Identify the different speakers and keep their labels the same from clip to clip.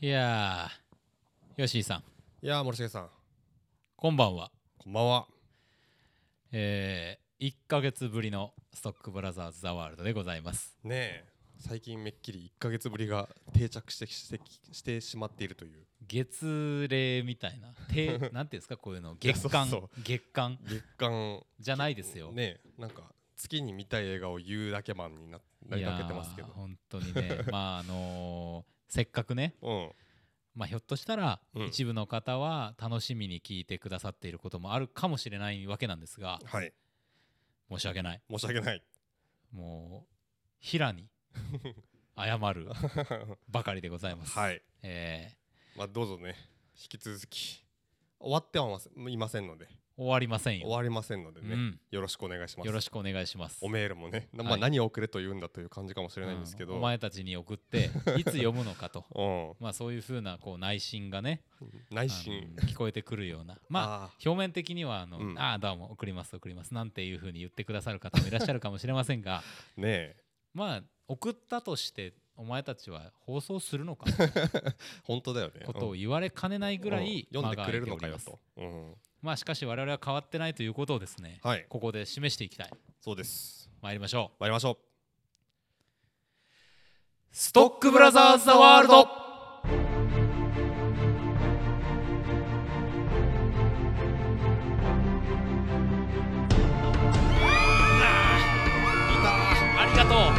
Speaker 1: いやー、吉井さん、
Speaker 2: いやー森重さん
Speaker 1: こんばんは。
Speaker 2: こんばんは
Speaker 1: えー、1ヶ月ぶりのストックブラザーズ・ザ・ワールドでございます。
Speaker 2: ねえ最近めっきり1ヶ月ぶりが定着してきしてきしてしまっているという
Speaker 1: 月例みたいな、 てなんていうんですか、こういうの、月
Speaker 2: いや
Speaker 1: 間
Speaker 2: そう、
Speaker 1: 月間
Speaker 2: 月間
Speaker 1: じゃないですよ。
Speaker 2: ねえなんか月に見たい映画を言うだけマンにななり
Speaker 1: いや
Speaker 2: かけ
Speaker 1: ー
Speaker 2: てますけど
Speaker 1: 本当にね、 まああのーせっかくね、
Speaker 2: うん
Speaker 1: まあ、ひょっとしたら、
Speaker 2: うん
Speaker 1: 一部の方は楽しみに聞いてくださっていることもあるかもしれないわけなんですが、
Speaker 2: はい
Speaker 1: 申し訳ない。
Speaker 2: 申し訳ない
Speaker 1: もう、平に謝るばかりでございます。
Speaker 2: はい
Speaker 1: え
Speaker 2: まあどうぞね引き続き終わってはませいませんので
Speaker 1: ー終わりません
Speaker 2: 終
Speaker 1: よ。
Speaker 2: わりませんのでね、
Speaker 1: うん
Speaker 2: よろしくお願いします
Speaker 1: よろしくお願いします。
Speaker 2: おメールもね、な
Speaker 1: はい
Speaker 2: まあ、何を送れと言うんだという感じかもしれないんですけ
Speaker 1: う
Speaker 2: ど、
Speaker 1: んお前たちに送 って、いつ読むのかと。
Speaker 2: うん
Speaker 1: まあそういうふうなこう内心がね、
Speaker 2: 内心
Speaker 1: あの聞こえてくるような。まあ
Speaker 2: あ
Speaker 1: 表面的にはあの、
Speaker 2: うん
Speaker 1: ああどうも送ります送りますなんていうふうに言ってくださる方もいらっしゃるかもしれませんが
Speaker 2: あねえ
Speaker 1: まあ送ったとしてお前たちは放送するのか
Speaker 2: 本当だよね
Speaker 1: ことを言われかねないぐらい
Speaker 2: うん読んでくれるの
Speaker 1: 間が空いてお
Speaker 2: か
Speaker 1: り
Speaker 2: よ
Speaker 1: ます
Speaker 2: と、うん、
Speaker 1: まあしかし我々は変わってないということをですね、
Speaker 2: はい
Speaker 1: ここで示していきたい
Speaker 2: そうです
Speaker 1: 参りましょう
Speaker 2: 参りましょう
Speaker 1: ストックブラザーズ・ザ・ワールドあ
Speaker 2: い
Speaker 1: りがと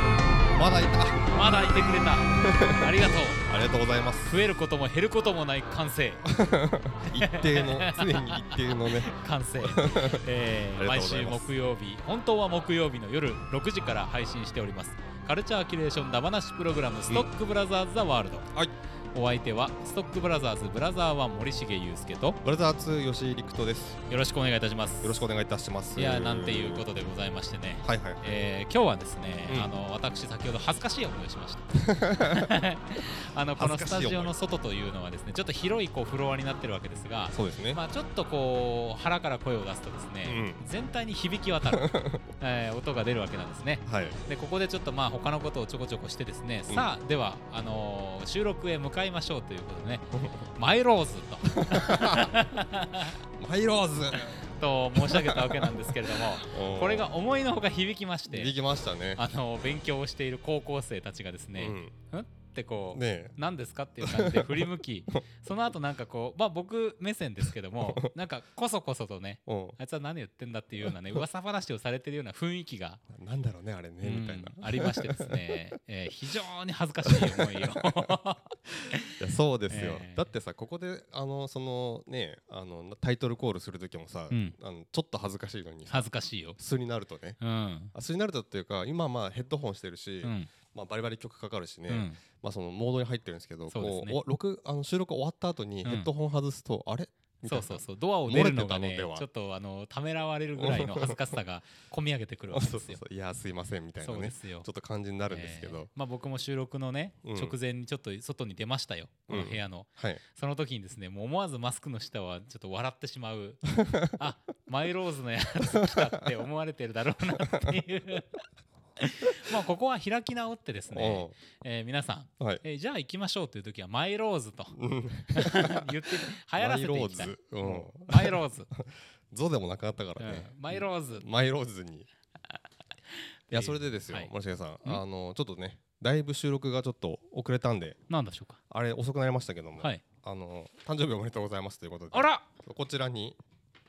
Speaker 2: たまだいた
Speaker 1: うまだいてくれたありがとう
Speaker 2: ありがとうござい ます
Speaker 1: 増えることも減ることもない感性
Speaker 2: 一定の常に一定の ね
Speaker 1: 完成、えー
Speaker 2: ありが
Speaker 1: 毎
Speaker 2: とうござ
Speaker 1: 週
Speaker 2: います
Speaker 1: 木曜日本当は木曜日の夜6時から配信しておりますカルチャーキュレーションだまなしプログラム「ストックブラザーズ・ザ・ワールド」
Speaker 2: はい
Speaker 1: お相手はストックブラザーズブラザー1森重裕介と
Speaker 2: ブラザー2吉井陸斗です
Speaker 1: よろしくお願いいたします
Speaker 2: よろしくお願いいたします
Speaker 1: いやーなんていうこととでございましてね
Speaker 2: はいはい
Speaker 1: えー今日はですね、
Speaker 2: うん
Speaker 1: あの私先ほど恥ずかしい思いをしました あのこの
Speaker 2: 恥
Speaker 1: ス
Speaker 2: ずかし
Speaker 1: タ
Speaker 2: い思い
Speaker 1: ジオの外というのはですねちょっと広いこうフロアになってるわけですが
Speaker 2: そうですね、
Speaker 1: まあ、ちょっとこう腹から声を出すとですね、全体に響き 渡る、えー音が出るわけなんですね
Speaker 2: はい
Speaker 1: でここでちょっとまあ他のことをちょこちょこしてですね、
Speaker 2: うん
Speaker 1: さあではあのー収録へ向かいましょうということでねマイローズと
Speaker 2: マイロ ーズ
Speaker 1: と申し上げたわけなんですけれど もこれが思いのほか響きまし
Speaker 2: で
Speaker 1: て
Speaker 2: きましたね
Speaker 1: あのー勉強をしている高校生たちがですね、んってこ
Speaker 2: う、
Speaker 1: うん
Speaker 2: ねえ
Speaker 1: 何ですかっていう感じで振り向 きその後なんかこうまあ僕目線ですけどもなんかこそこそとね
Speaker 2: うん
Speaker 1: あいつは何言ってんだっていうよう なね噂話をされてるような雰囲気が、
Speaker 2: なんだろうねあれね、みたいな
Speaker 1: うんありましてです ね、えー非常に恥ずかしい思いを
Speaker 2: いやそうですよ、
Speaker 1: えー
Speaker 2: だってさここであのそのねあのタイトルコールする時もさ、
Speaker 1: うん
Speaker 2: あのちょっと恥ずかしいのに
Speaker 1: 恥ずかしいよ。
Speaker 2: 素になるとね
Speaker 1: うん、
Speaker 2: あ素になるとっていうか今まあヘッドホンしてるし、
Speaker 1: うん
Speaker 2: まあ、バリバリ曲かかるしね、
Speaker 1: うん
Speaker 2: まあ、そのモードに入ってるんですけど
Speaker 1: そうですね
Speaker 2: もうお録あの収録終わった後に
Speaker 1: うん
Speaker 2: ヘッドホン外すと、あれみた
Speaker 1: そ
Speaker 2: いうな
Speaker 1: そうそうドアを出るのが
Speaker 2: 漏れ
Speaker 1: ね
Speaker 2: てたのでは
Speaker 1: ちょっとあのためらわれるぐらいの恥ずかしさが込み上げてくるわけです
Speaker 2: そ
Speaker 1: よ。
Speaker 2: うそうそういやすいませんみたいな
Speaker 1: そうで
Speaker 2: ね
Speaker 1: すよ
Speaker 2: ちょっと感じになるんですけ
Speaker 1: えー
Speaker 2: ど、
Speaker 1: まあ、僕も収録のね、
Speaker 2: うん
Speaker 1: 直前にちょっと外に出ましたよこの部屋の、
Speaker 2: はい
Speaker 1: その時にですねもう思わずマスクの下はちょっと笑ってしまうあマイローズのやつ来たって思われてるだろうなっていうまあここは開き直ってですね、えー皆さん、
Speaker 2: うんはい
Speaker 1: えーじゃあ行きましょうという時はマイローズと
Speaker 2: うん
Speaker 1: 言って流行らせていきたい
Speaker 2: マイローズうん
Speaker 1: マイローズ、
Speaker 2: ゾでもなくなったか
Speaker 1: う
Speaker 2: ら
Speaker 1: ん
Speaker 2: ね、
Speaker 1: マイローズ
Speaker 2: マイローズ にいやそれでですよ、
Speaker 1: はい
Speaker 2: 森重さんあのちょっとねだいぶ収録がちょっと遅れたんで
Speaker 1: なんでしょうか
Speaker 2: あれ遅くなりましたけども、
Speaker 1: はい
Speaker 2: あの誕生日おめでとうございますということで
Speaker 1: あら
Speaker 2: こちらに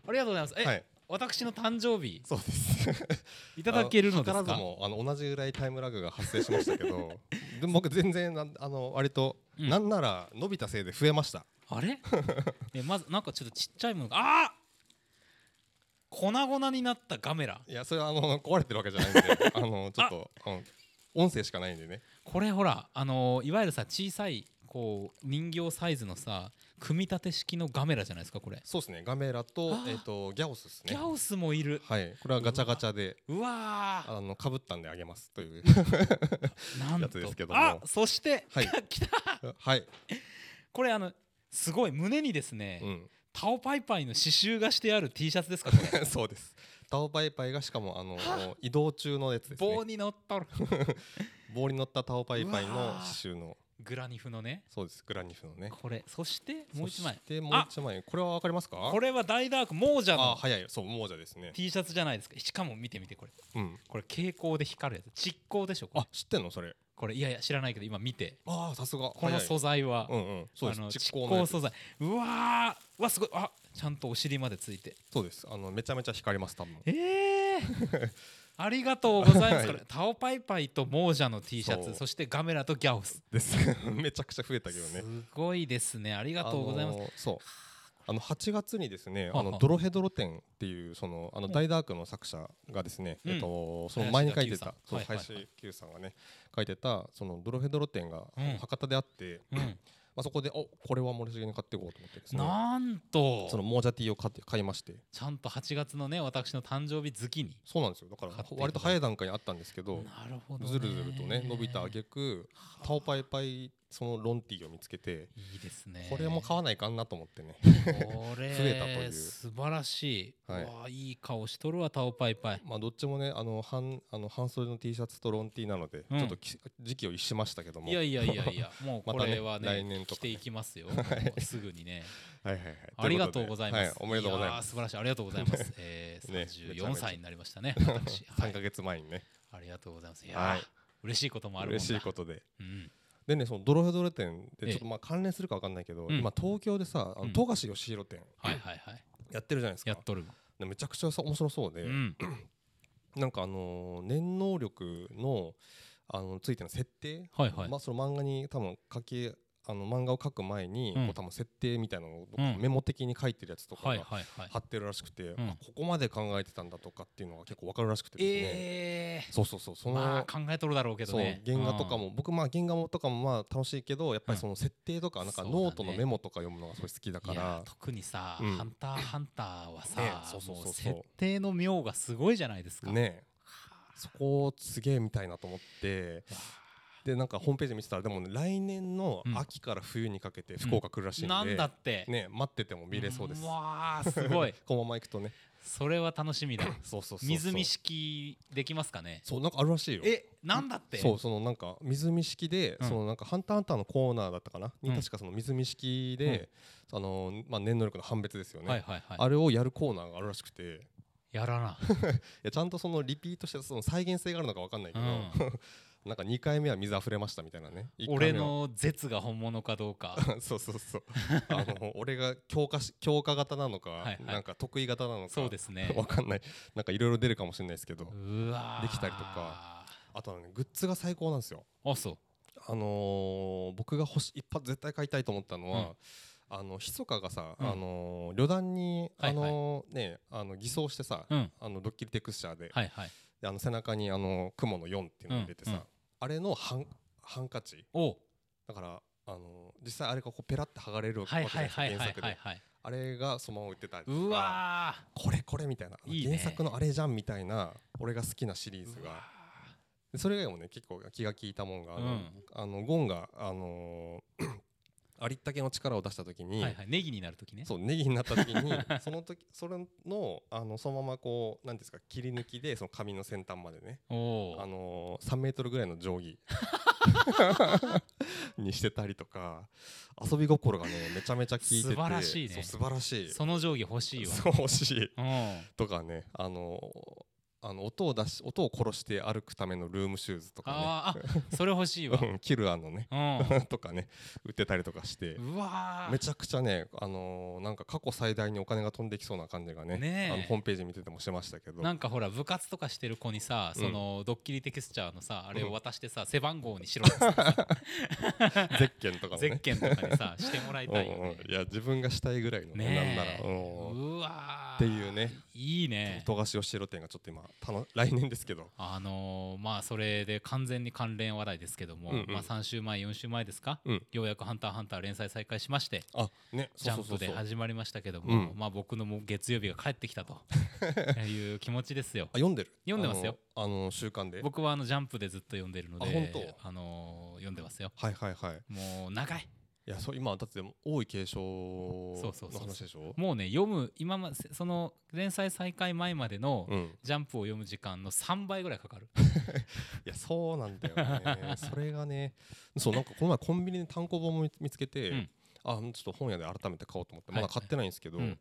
Speaker 1: ありがとうございますえ、
Speaker 2: はい
Speaker 1: 私の誕生日
Speaker 2: そうです
Speaker 1: いただけるのです
Speaker 2: あ
Speaker 1: か
Speaker 2: 図らずもあの同じぐらいタイムラグが発生しましたけ どでも僕全然なんあの割と、
Speaker 1: うん
Speaker 2: なんなら伸びたせいで増えました
Speaker 1: あれ えまずなんかちょっとちっちゃいものがあー粉々になったガメラ
Speaker 2: いやそれはあの壊れてるわけじゃないん であのちょっとうん音声しかないんでね
Speaker 1: これほらあのーいわゆるさ小さいこう人形サイズのさ組み立て式のガメラじゃないですかこれ、
Speaker 2: そうですねガメラと
Speaker 1: あー
Speaker 2: えっ、とギャオスです
Speaker 1: ギ
Speaker 2: ね
Speaker 1: ャオスもいる
Speaker 2: はいこれはガチャガチャで
Speaker 1: うわー
Speaker 2: あの被ったんであげますという
Speaker 1: なん
Speaker 2: や
Speaker 1: と
Speaker 2: つですけども
Speaker 1: あそして、
Speaker 2: はい
Speaker 1: 来た
Speaker 2: はい、
Speaker 1: これあのすごい胸にですね、
Speaker 2: う
Speaker 1: タオパイパイの刺繍がしてある T シャツですかこれ
Speaker 2: ん、 そう ですタオパイパイがしかもあの移動中のやつですね
Speaker 1: 棒に乗っとる
Speaker 2: 棒に乗ったタオパイパイ
Speaker 1: う
Speaker 2: の
Speaker 1: わ
Speaker 2: 刺繍の
Speaker 1: グラニフのね
Speaker 2: そうですグラニフのね
Speaker 1: これそしてもう一枚
Speaker 2: そしてもう一枚これはわかりますか
Speaker 1: これは大ダーク亡者
Speaker 2: あ
Speaker 1: の
Speaker 2: 早いそう亡者ですね
Speaker 1: T シャツじゃないですかしかも見てみてこれ
Speaker 2: うん
Speaker 1: これ蛍光で光るやつ蓄光でしょこれ
Speaker 2: あ知ってんのそれ
Speaker 1: これいやいや知らないけど今見て
Speaker 2: ああさすが
Speaker 1: この素材は、
Speaker 2: 早いうんうんそうです
Speaker 1: あの
Speaker 2: 蓄
Speaker 1: 蓄
Speaker 2: 光のや
Speaker 1: 光
Speaker 2: つ
Speaker 1: 素材うわーうわすごいあちゃんとお尻までついて
Speaker 2: そうですあのめちゃめちゃ光ります多分
Speaker 1: ええ ありがとうございます、こ
Speaker 2: は
Speaker 1: れタオパイパイと亡者の T シャツ
Speaker 2: そう
Speaker 1: そしてガメラとギャオス
Speaker 2: です めちゃくちゃ増えたけどね
Speaker 1: すごいですねあり
Speaker 2: あ
Speaker 1: がとうございます、
Speaker 2: のーそうあの8月にですね「あ
Speaker 1: は
Speaker 2: の
Speaker 1: は
Speaker 2: ドロヘドロ展」っていうそのあの
Speaker 1: うん
Speaker 2: 大ダークの作者がですね、
Speaker 1: うん
Speaker 2: えっと、その前に書いてたそう
Speaker 1: 林田久さんはいはいはい
Speaker 2: 林久さんがね書いてたそのドロヘドロ展が
Speaker 1: うん
Speaker 2: 博多であって、
Speaker 1: う
Speaker 2: ま
Speaker 1: ん
Speaker 2: あ、そこでおこれは森重に買っていこうと思ってですね
Speaker 1: なんと
Speaker 2: そのモージャティーを買って買いまして
Speaker 1: ちゃんと8月のね私の誕生日月に
Speaker 2: そうなんですよだから
Speaker 1: 買っていただいて
Speaker 2: 割と早い段階にあったんですけど
Speaker 1: なるほどね
Speaker 2: ずるずるとね伸びた挙句タオパイパイそのロンティーを見つけて
Speaker 1: いいですね
Speaker 2: これも買
Speaker 1: わ
Speaker 2: わないかんなと思っ てね
Speaker 1: これ
Speaker 2: 増えたという
Speaker 1: 素晴らしい、
Speaker 2: はいう
Speaker 1: わいい顔しとるわタオパイパイ
Speaker 2: まあどっちもねあの半あの半袖の T シャツとロン T なので、
Speaker 1: うん
Speaker 2: ちょっとき時期を逸しましたけども
Speaker 1: いやいやいやいやもうこれはね
Speaker 2: またね来年と
Speaker 1: 着
Speaker 2: か
Speaker 1: て
Speaker 2: ね
Speaker 1: いきますよ、すぐにね
Speaker 2: はいはいはい
Speaker 1: ありがとうございます。
Speaker 2: とうことではい、おめでとうござい
Speaker 1: や
Speaker 2: ま
Speaker 1: ー
Speaker 2: す
Speaker 1: 素晴らしい。ありがとうございます。えー
Speaker 2: ね
Speaker 1: 34歳になりましたね。私、は
Speaker 2: 三
Speaker 1: い
Speaker 2: ヶ、月前にね
Speaker 1: ありがとうございます。いやー、
Speaker 2: はい
Speaker 1: 嬉しいこともあるもんだ
Speaker 2: 嬉しいことで
Speaker 1: うん。
Speaker 2: でねそのドロヘドロ展
Speaker 1: ええ
Speaker 2: でちょっとまあ関連するかわかんないけど、
Speaker 1: うん
Speaker 2: 今東京でさあ
Speaker 1: う
Speaker 2: の
Speaker 1: ん
Speaker 2: 富樫義弘展
Speaker 1: はいはいはい。
Speaker 2: やってるじゃないですか、
Speaker 1: やっとる。
Speaker 2: でめちゃくちゃさ面白そうで、
Speaker 1: うん。
Speaker 2: なんかあのー念能力のあのついての設定、
Speaker 1: はいはい
Speaker 2: まあ、その漫画に多分書きあの漫画を書く前に、
Speaker 1: うん
Speaker 2: こう多分設定みたいなのを
Speaker 1: うん
Speaker 2: メモ的に書いてるやつとか
Speaker 1: はい
Speaker 2: が
Speaker 1: はいはい
Speaker 2: 貼。ってるらしくて、
Speaker 1: ん
Speaker 2: あここまで考えてたんだとかっていうのが結構わかるらしくてですね、
Speaker 1: え
Speaker 2: そうそうそうそ
Speaker 1: ー、
Speaker 2: の、
Speaker 1: まあ考えとるだろうけど
Speaker 2: そう
Speaker 1: ね。
Speaker 2: 原画とかも、僕まあ原画もとかもまあ楽しいけどやっぱりその設定とか
Speaker 1: うん
Speaker 2: なんか
Speaker 1: そうだね
Speaker 2: ノートのメモとか読むのがすごい好きだ
Speaker 1: うん。
Speaker 2: か
Speaker 1: いや
Speaker 2: ら
Speaker 1: ー特にさ、
Speaker 2: うん
Speaker 1: ハンターハンターはさ、
Speaker 2: ねそうそうそうそう
Speaker 1: も設定の妙がすごいじゃないですか。
Speaker 2: ね
Speaker 1: は
Speaker 2: そこをすげえみたいなと思って
Speaker 1: あ。
Speaker 2: でなんかホームページ見てたらでもね来年の秋から冬にかけて福岡来るらしいんで、
Speaker 1: なんだって。
Speaker 2: ね待ってても見れそうです。
Speaker 1: わあすご い。
Speaker 2: このまま行くとね。
Speaker 1: それは楽しみだ。
Speaker 2: そうそうそうそう。
Speaker 1: 水見式できますかね。
Speaker 2: そうなんかあるらしいよ。
Speaker 1: えなんだって
Speaker 2: そうそのなんか水見式で、
Speaker 1: うん
Speaker 2: そのなんかハンターハンターのコーナーだったかな、に
Speaker 1: うん
Speaker 2: 確かその水見式で、あのまあ念能力の判別ですよね、
Speaker 1: はいはいはい
Speaker 2: あれをやるコーナーがあるらしくてい
Speaker 1: やら な、
Speaker 2: やちゃんとそのリピートしてその再現性があるのかわかんないけど、
Speaker 1: うん
Speaker 2: なんか2回目は水溢れましたみたいなね一回目は
Speaker 1: 俺の絶が本物かどうか
Speaker 2: そうそうそうあの俺が強化し強化型なのか、
Speaker 1: はいはい
Speaker 2: なんか得意型なのか
Speaker 1: そうです ね
Speaker 2: わかんないなんかいろいろ出るかもしれないですけど、
Speaker 1: うわー
Speaker 2: できたりとかあとはねグッズが最高なんですよ
Speaker 1: あそう
Speaker 2: あのー僕が欲し一発絶対買いたいと思ったのは、あのひそかがさ、
Speaker 1: うん
Speaker 2: あのー旅団に、
Speaker 1: はいはい
Speaker 2: あのーねあの偽装してさ、
Speaker 1: うん
Speaker 2: あのドッキリテクスチャーで,で、
Speaker 1: はいはい
Speaker 2: あの背中にあの雲の4っていうのを入れてさ、
Speaker 1: うんうん
Speaker 2: あれのハンハンカチ
Speaker 1: お
Speaker 2: だからあのー実際あれがこうペラって剥がれるわけ
Speaker 1: は
Speaker 2: じ
Speaker 1: い
Speaker 2: ゃな
Speaker 1: はいい
Speaker 2: ですか
Speaker 1: はいはい
Speaker 2: 原作
Speaker 1: はい
Speaker 2: で
Speaker 1: はい
Speaker 2: あれがそのまま売ってたりとか
Speaker 1: うわ
Speaker 2: これこれみたいなあの
Speaker 1: いいね
Speaker 2: 原作のあれじゃんみたいな俺が好きなシリ
Speaker 1: ー
Speaker 2: ーズ
Speaker 1: うわ
Speaker 2: がでそれ以外もね結構気が利いたもんがあの,、
Speaker 1: うん
Speaker 2: あのゴンが、あのー ありったけの力を出した時
Speaker 1: ー
Speaker 2: に、
Speaker 1: はいはいネギになるときね
Speaker 2: そうネギになった時 にその時それのあのそのままこう何ですか切り抜きでその髪の先端までね、
Speaker 1: お
Speaker 2: あ
Speaker 1: お
Speaker 2: のー、3メートルぐらいの定 規にしてたりとか遊び心がねめちゃめちゃ効いてて
Speaker 1: 素晴らしいね
Speaker 2: そう素晴らしい
Speaker 1: その定規欲しいわ
Speaker 2: そう欲しい
Speaker 1: うん
Speaker 2: とかねあのあの音を出し音を殺して歩くためのルームシューズとか
Speaker 1: あ ーあそれ欲しい
Speaker 2: ね
Speaker 1: わ
Speaker 2: うんキルアンのね
Speaker 1: う
Speaker 2: とかね売ってたりとかして
Speaker 1: んうわー
Speaker 2: めちゃくちゃねあのーなんか過去最大にお金が飛んできそうな感じがね
Speaker 1: ねえ
Speaker 2: あのホームページ見ててもしましたけど
Speaker 1: なんかほら部活とかしてる子にさそのドッキリテクスチャーのさあれを渡してさ背番号にしろっつ ってさ
Speaker 2: ゼッケンとかも
Speaker 1: ゼッ
Speaker 2: ね
Speaker 1: ケンとかにさしてもらいたいよ
Speaker 2: うんうん
Speaker 1: ね。
Speaker 2: いや自分がしたいぐらいのなんな
Speaker 1: ね
Speaker 2: ら
Speaker 1: え
Speaker 2: うん
Speaker 1: うわー
Speaker 2: っていうね
Speaker 1: いいね
Speaker 2: 富樫義郎店がちょっと今たの 来年ですけど
Speaker 1: あのーまあそれで完全に関連話題ですけども、
Speaker 2: うんうん
Speaker 1: まあ、3週前4週前ですか、
Speaker 2: うん
Speaker 1: ようやく「ハンターハンター」連載再開しまして
Speaker 2: あね
Speaker 1: ジ
Speaker 2: そう
Speaker 1: ャ
Speaker 2: そう
Speaker 1: ン
Speaker 2: そう
Speaker 1: プ
Speaker 2: そ
Speaker 1: で
Speaker 2: うあ
Speaker 1: 始まりましたけども
Speaker 2: うん
Speaker 1: まあ、僕のもう月曜日が帰ってき たという気持ちですよ
Speaker 2: 読んでる
Speaker 1: 読んでますよ
Speaker 2: あのあの週刊で
Speaker 1: 僕はあのジャンプでずっと読んでるので
Speaker 2: あ本当
Speaker 1: あのー読んでますよ
Speaker 2: はいはいはい
Speaker 1: もう長い
Speaker 2: いいやそう今だって多い継承
Speaker 1: そうそうそうそ
Speaker 2: の
Speaker 1: う
Speaker 2: 話でしょ
Speaker 1: もうね読む今ませその連載再開前までの
Speaker 2: うん、い
Speaker 1: ジャンプを読む時間の3倍ぐらいかかる
Speaker 2: やそうなんだよ ねそれがねそうなんかこの前コンビニで単行本も見見つけて、
Speaker 1: うん
Speaker 2: あちょっと本屋で改めて買おうと思って
Speaker 1: はい
Speaker 2: まだ買ってないんですけど、
Speaker 1: うん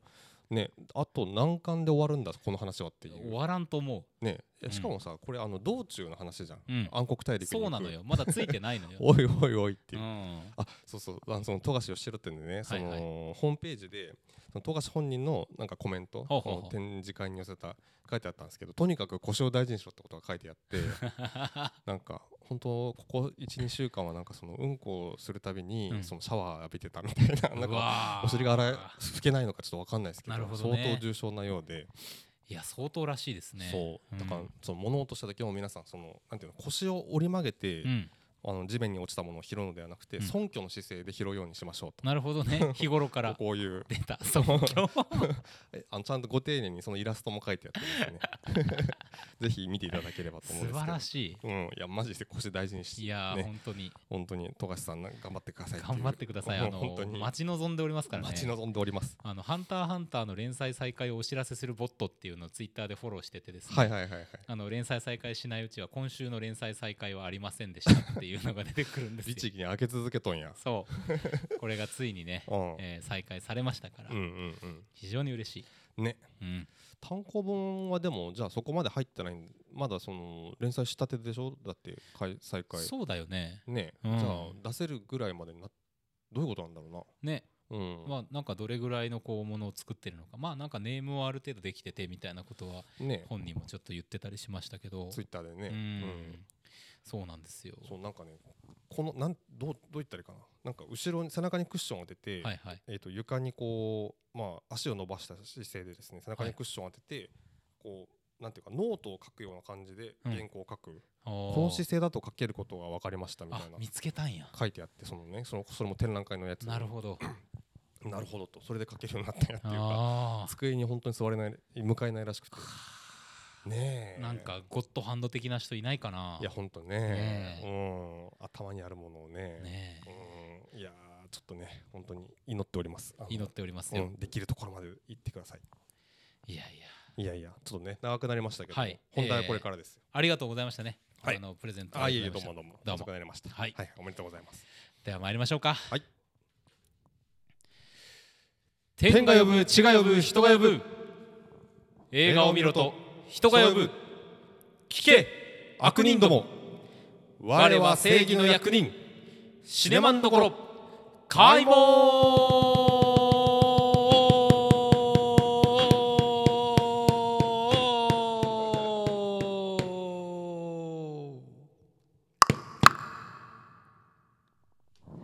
Speaker 2: ねあと何巻で終わるんだこの話はってい
Speaker 1: 終
Speaker 2: う
Speaker 1: わらんと思
Speaker 2: ねえしかもさ、これあの道中の話じゃん、
Speaker 1: う、うん、
Speaker 2: 暗黒大陸に行く
Speaker 1: そうなのよまだついてないのよ
Speaker 2: おいおいおいって
Speaker 1: う
Speaker 2: いう、
Speaker 1: ん
Speaker 2: あそうそうあのその富樫義弘ってんでねその、
Speaker 1: はいはい
Speaker 2: ホームページでその富樫本人のなんかコメント
Speaker 1: ほうほうほう
Speaker 2: この展示会に寄せた書いてあったんですけどとにかく腰を大事にしろってことが書いてあって なんか本当ここ12週間はなんかそのうんこをするたびに、
Speaker 1: うん
Speaker 2: そのシャワー浴びてたみたいななん
Speaker 1: う
Speaker 2: か
Speaker 1: わー
Speaker 2: お尻が洗え拭けないのかちょっと分かんないですけど
Speaker 1: なるほど
Speaker 2: 相
Speaker 1: ね
Speaker 2: 当重症なようで、
Speaker 1: いや相当らしいですね
Speaker 2: そうだから
Speaker 1: うん
Speaker 2: その物音した時も皆さんそのなんていうの腰を折り曲げて、
Speaker 1: うん、
Speaker 2: あの地面に落ちたものを拾うのではなくて、
Speaker 1: うん
Speaker 2: 尊虚の姿勢で拾うようにしましょうと。
Speaker 1: なるほど ね日頃から
Speaker 2: こういう
Speaker 1: 出た そう今日
Speaker 2: えあのちゃんとご丁寧にそのイラストも書いてあってですね ぜひ見ていただければと思う
Speaker 1: 素
Speaker 2: んですけど
Speaker 1: 晴らし
Speaker 2: い、うん、いやマジで腰大事にし
Speaker 1: い
Speaker 2: て、
Speaker 1: いやー、
Speaker 2: ね、
Speaker 1: 本当に
Speaker 2: 本当に富樫さんなんか頑張ってくださいいう
Speaker 1: 頑張ってくださいあ
Speaker 2: もう本
Speaker 1: の
Speaker 2: 当に
Speaker 1: 待ち望んでおりますからね
Speaker 2: 待ち望んでおります
Speaker 1: あのハンターハンターの連載再開をお知らせするボットっていうのをツイッターでフォローしててですね、
Speaker 2: はいはいはいはい
Speaker 1: あの連載再開しないうちは今週の連載再開はありませんでしたっていうのが出てくるんですよ
Speaker 2: 律儀に開け続けとんや
Speaker 1: そうこれがついにね、
Speaker 2: うん、
Speaker 1: えー再開されましたから、
Speaker 2: うんうん
Speaker 1: 非常に嬉しい、
Speaker 2: うんね
Speaker 1: うん、
Speaker 2: 単行本はでもじゃあそこまで入ってないんまだその連載したてでしょだって開再開
Speaker 1: そうだよね
Speaker 2: ね、
Speaker 1: うん
Speaker 2: じゃあ出せるぐらいまでになどういうことなんだろ
Speaker 1: ね
Speaker 2: うなうん、
Speaker 1: まあなんかどれぐらいのこうものを作ってるのかまあなんかネームはある程度できててみたいなことは
Speaker 2: ね
Speaker 1: 本人もちょっと言ってたりしましたけど
Speaker 2: ツイッターでね
Speaker 1: う
Speaker 2: うん
Speaker 1: んそうなんですよ
Speaker 2: そうなんかねこのなんどうどう言ったらいいかななんか後ろに背中にクッションを当てて、
Speaker 1: はいはい
Speaker 2: えー、と床にこう、まあ、足を伸ばした姿勢でですね背中
Speaker 1: は
Speaker 2: に
Speaker 1: い
Speaker 2: クッションを当てて、こうなんていうかノートを書くような感じで
Speaker 1: うん
Speaker 2: 原稿を書く、
Speaker 1: こ
Speaker 2: この姿勢だと書けることが分かりましたみたい
Speaker 1: あ
Speaker 2: な
Speaker 1: 見つけたんや
Speaker 2: 書いてあってそのねそのそれも展覧会のやつに
Speaker 1: なるほど
Speaker 2: なるほどとそれで書けるようになったやっていうか
Speaker 1: ああ
Speaker 2: 机に本当に座れない向かえないらしくてねえ
Speaker 1: なんかゴッドハンド的な人いないかない
Speaker 2: や本当ね
Speaker 1: ね
Speaker 2: うん、頭にあるものをね
Speaker 1: ねえ
Speaker 2: うんいやーちょっとね本当に祈っておりますあの
Speaker 1: 祈っております
Speaker 2: う
Speaker 1: よ
Speaker 2: ん、できるところまで行ってください
Speaker 1: いやいや
Speaker 2: いやいやちょっとね長くなりましたけど、
Speaker 1: はい
Speaker 2: 本題はこれからですよ、
Speaker 1: ありがとうございましたね
Speaker 2: はい
Speaker 1: あのプレゼント
Speaker 2: あ
Speaker 1: あ
Speaker 2: いえ
Speaker 1: り
Speaker 2: いえ
Speaker 1: がと
Speaker 2: ど
Speaker 1: う
Speaker 2: う
Speaker 1: ござ
Speaker 2: も
Speaker 1: いま
Speaker 2: どうも
Speaker 1: どうも
Speaker 2: 長くなりました
Speaker 1: はい
Speaker 2: おめでとうございます
Speaker 1: したでは参りましょうか
Speaker 2: はい
Speaker 1: 天が呼ぶ地が呼ぶ人が呼ぶ映画を見ろと人が呼ぶ聞け
Speaker 2: 悪人ども
Speaker 1: 我は正義の役
Speaker 2: 人
Speaker 1: シネマンどころ開門
Speaker 2: よ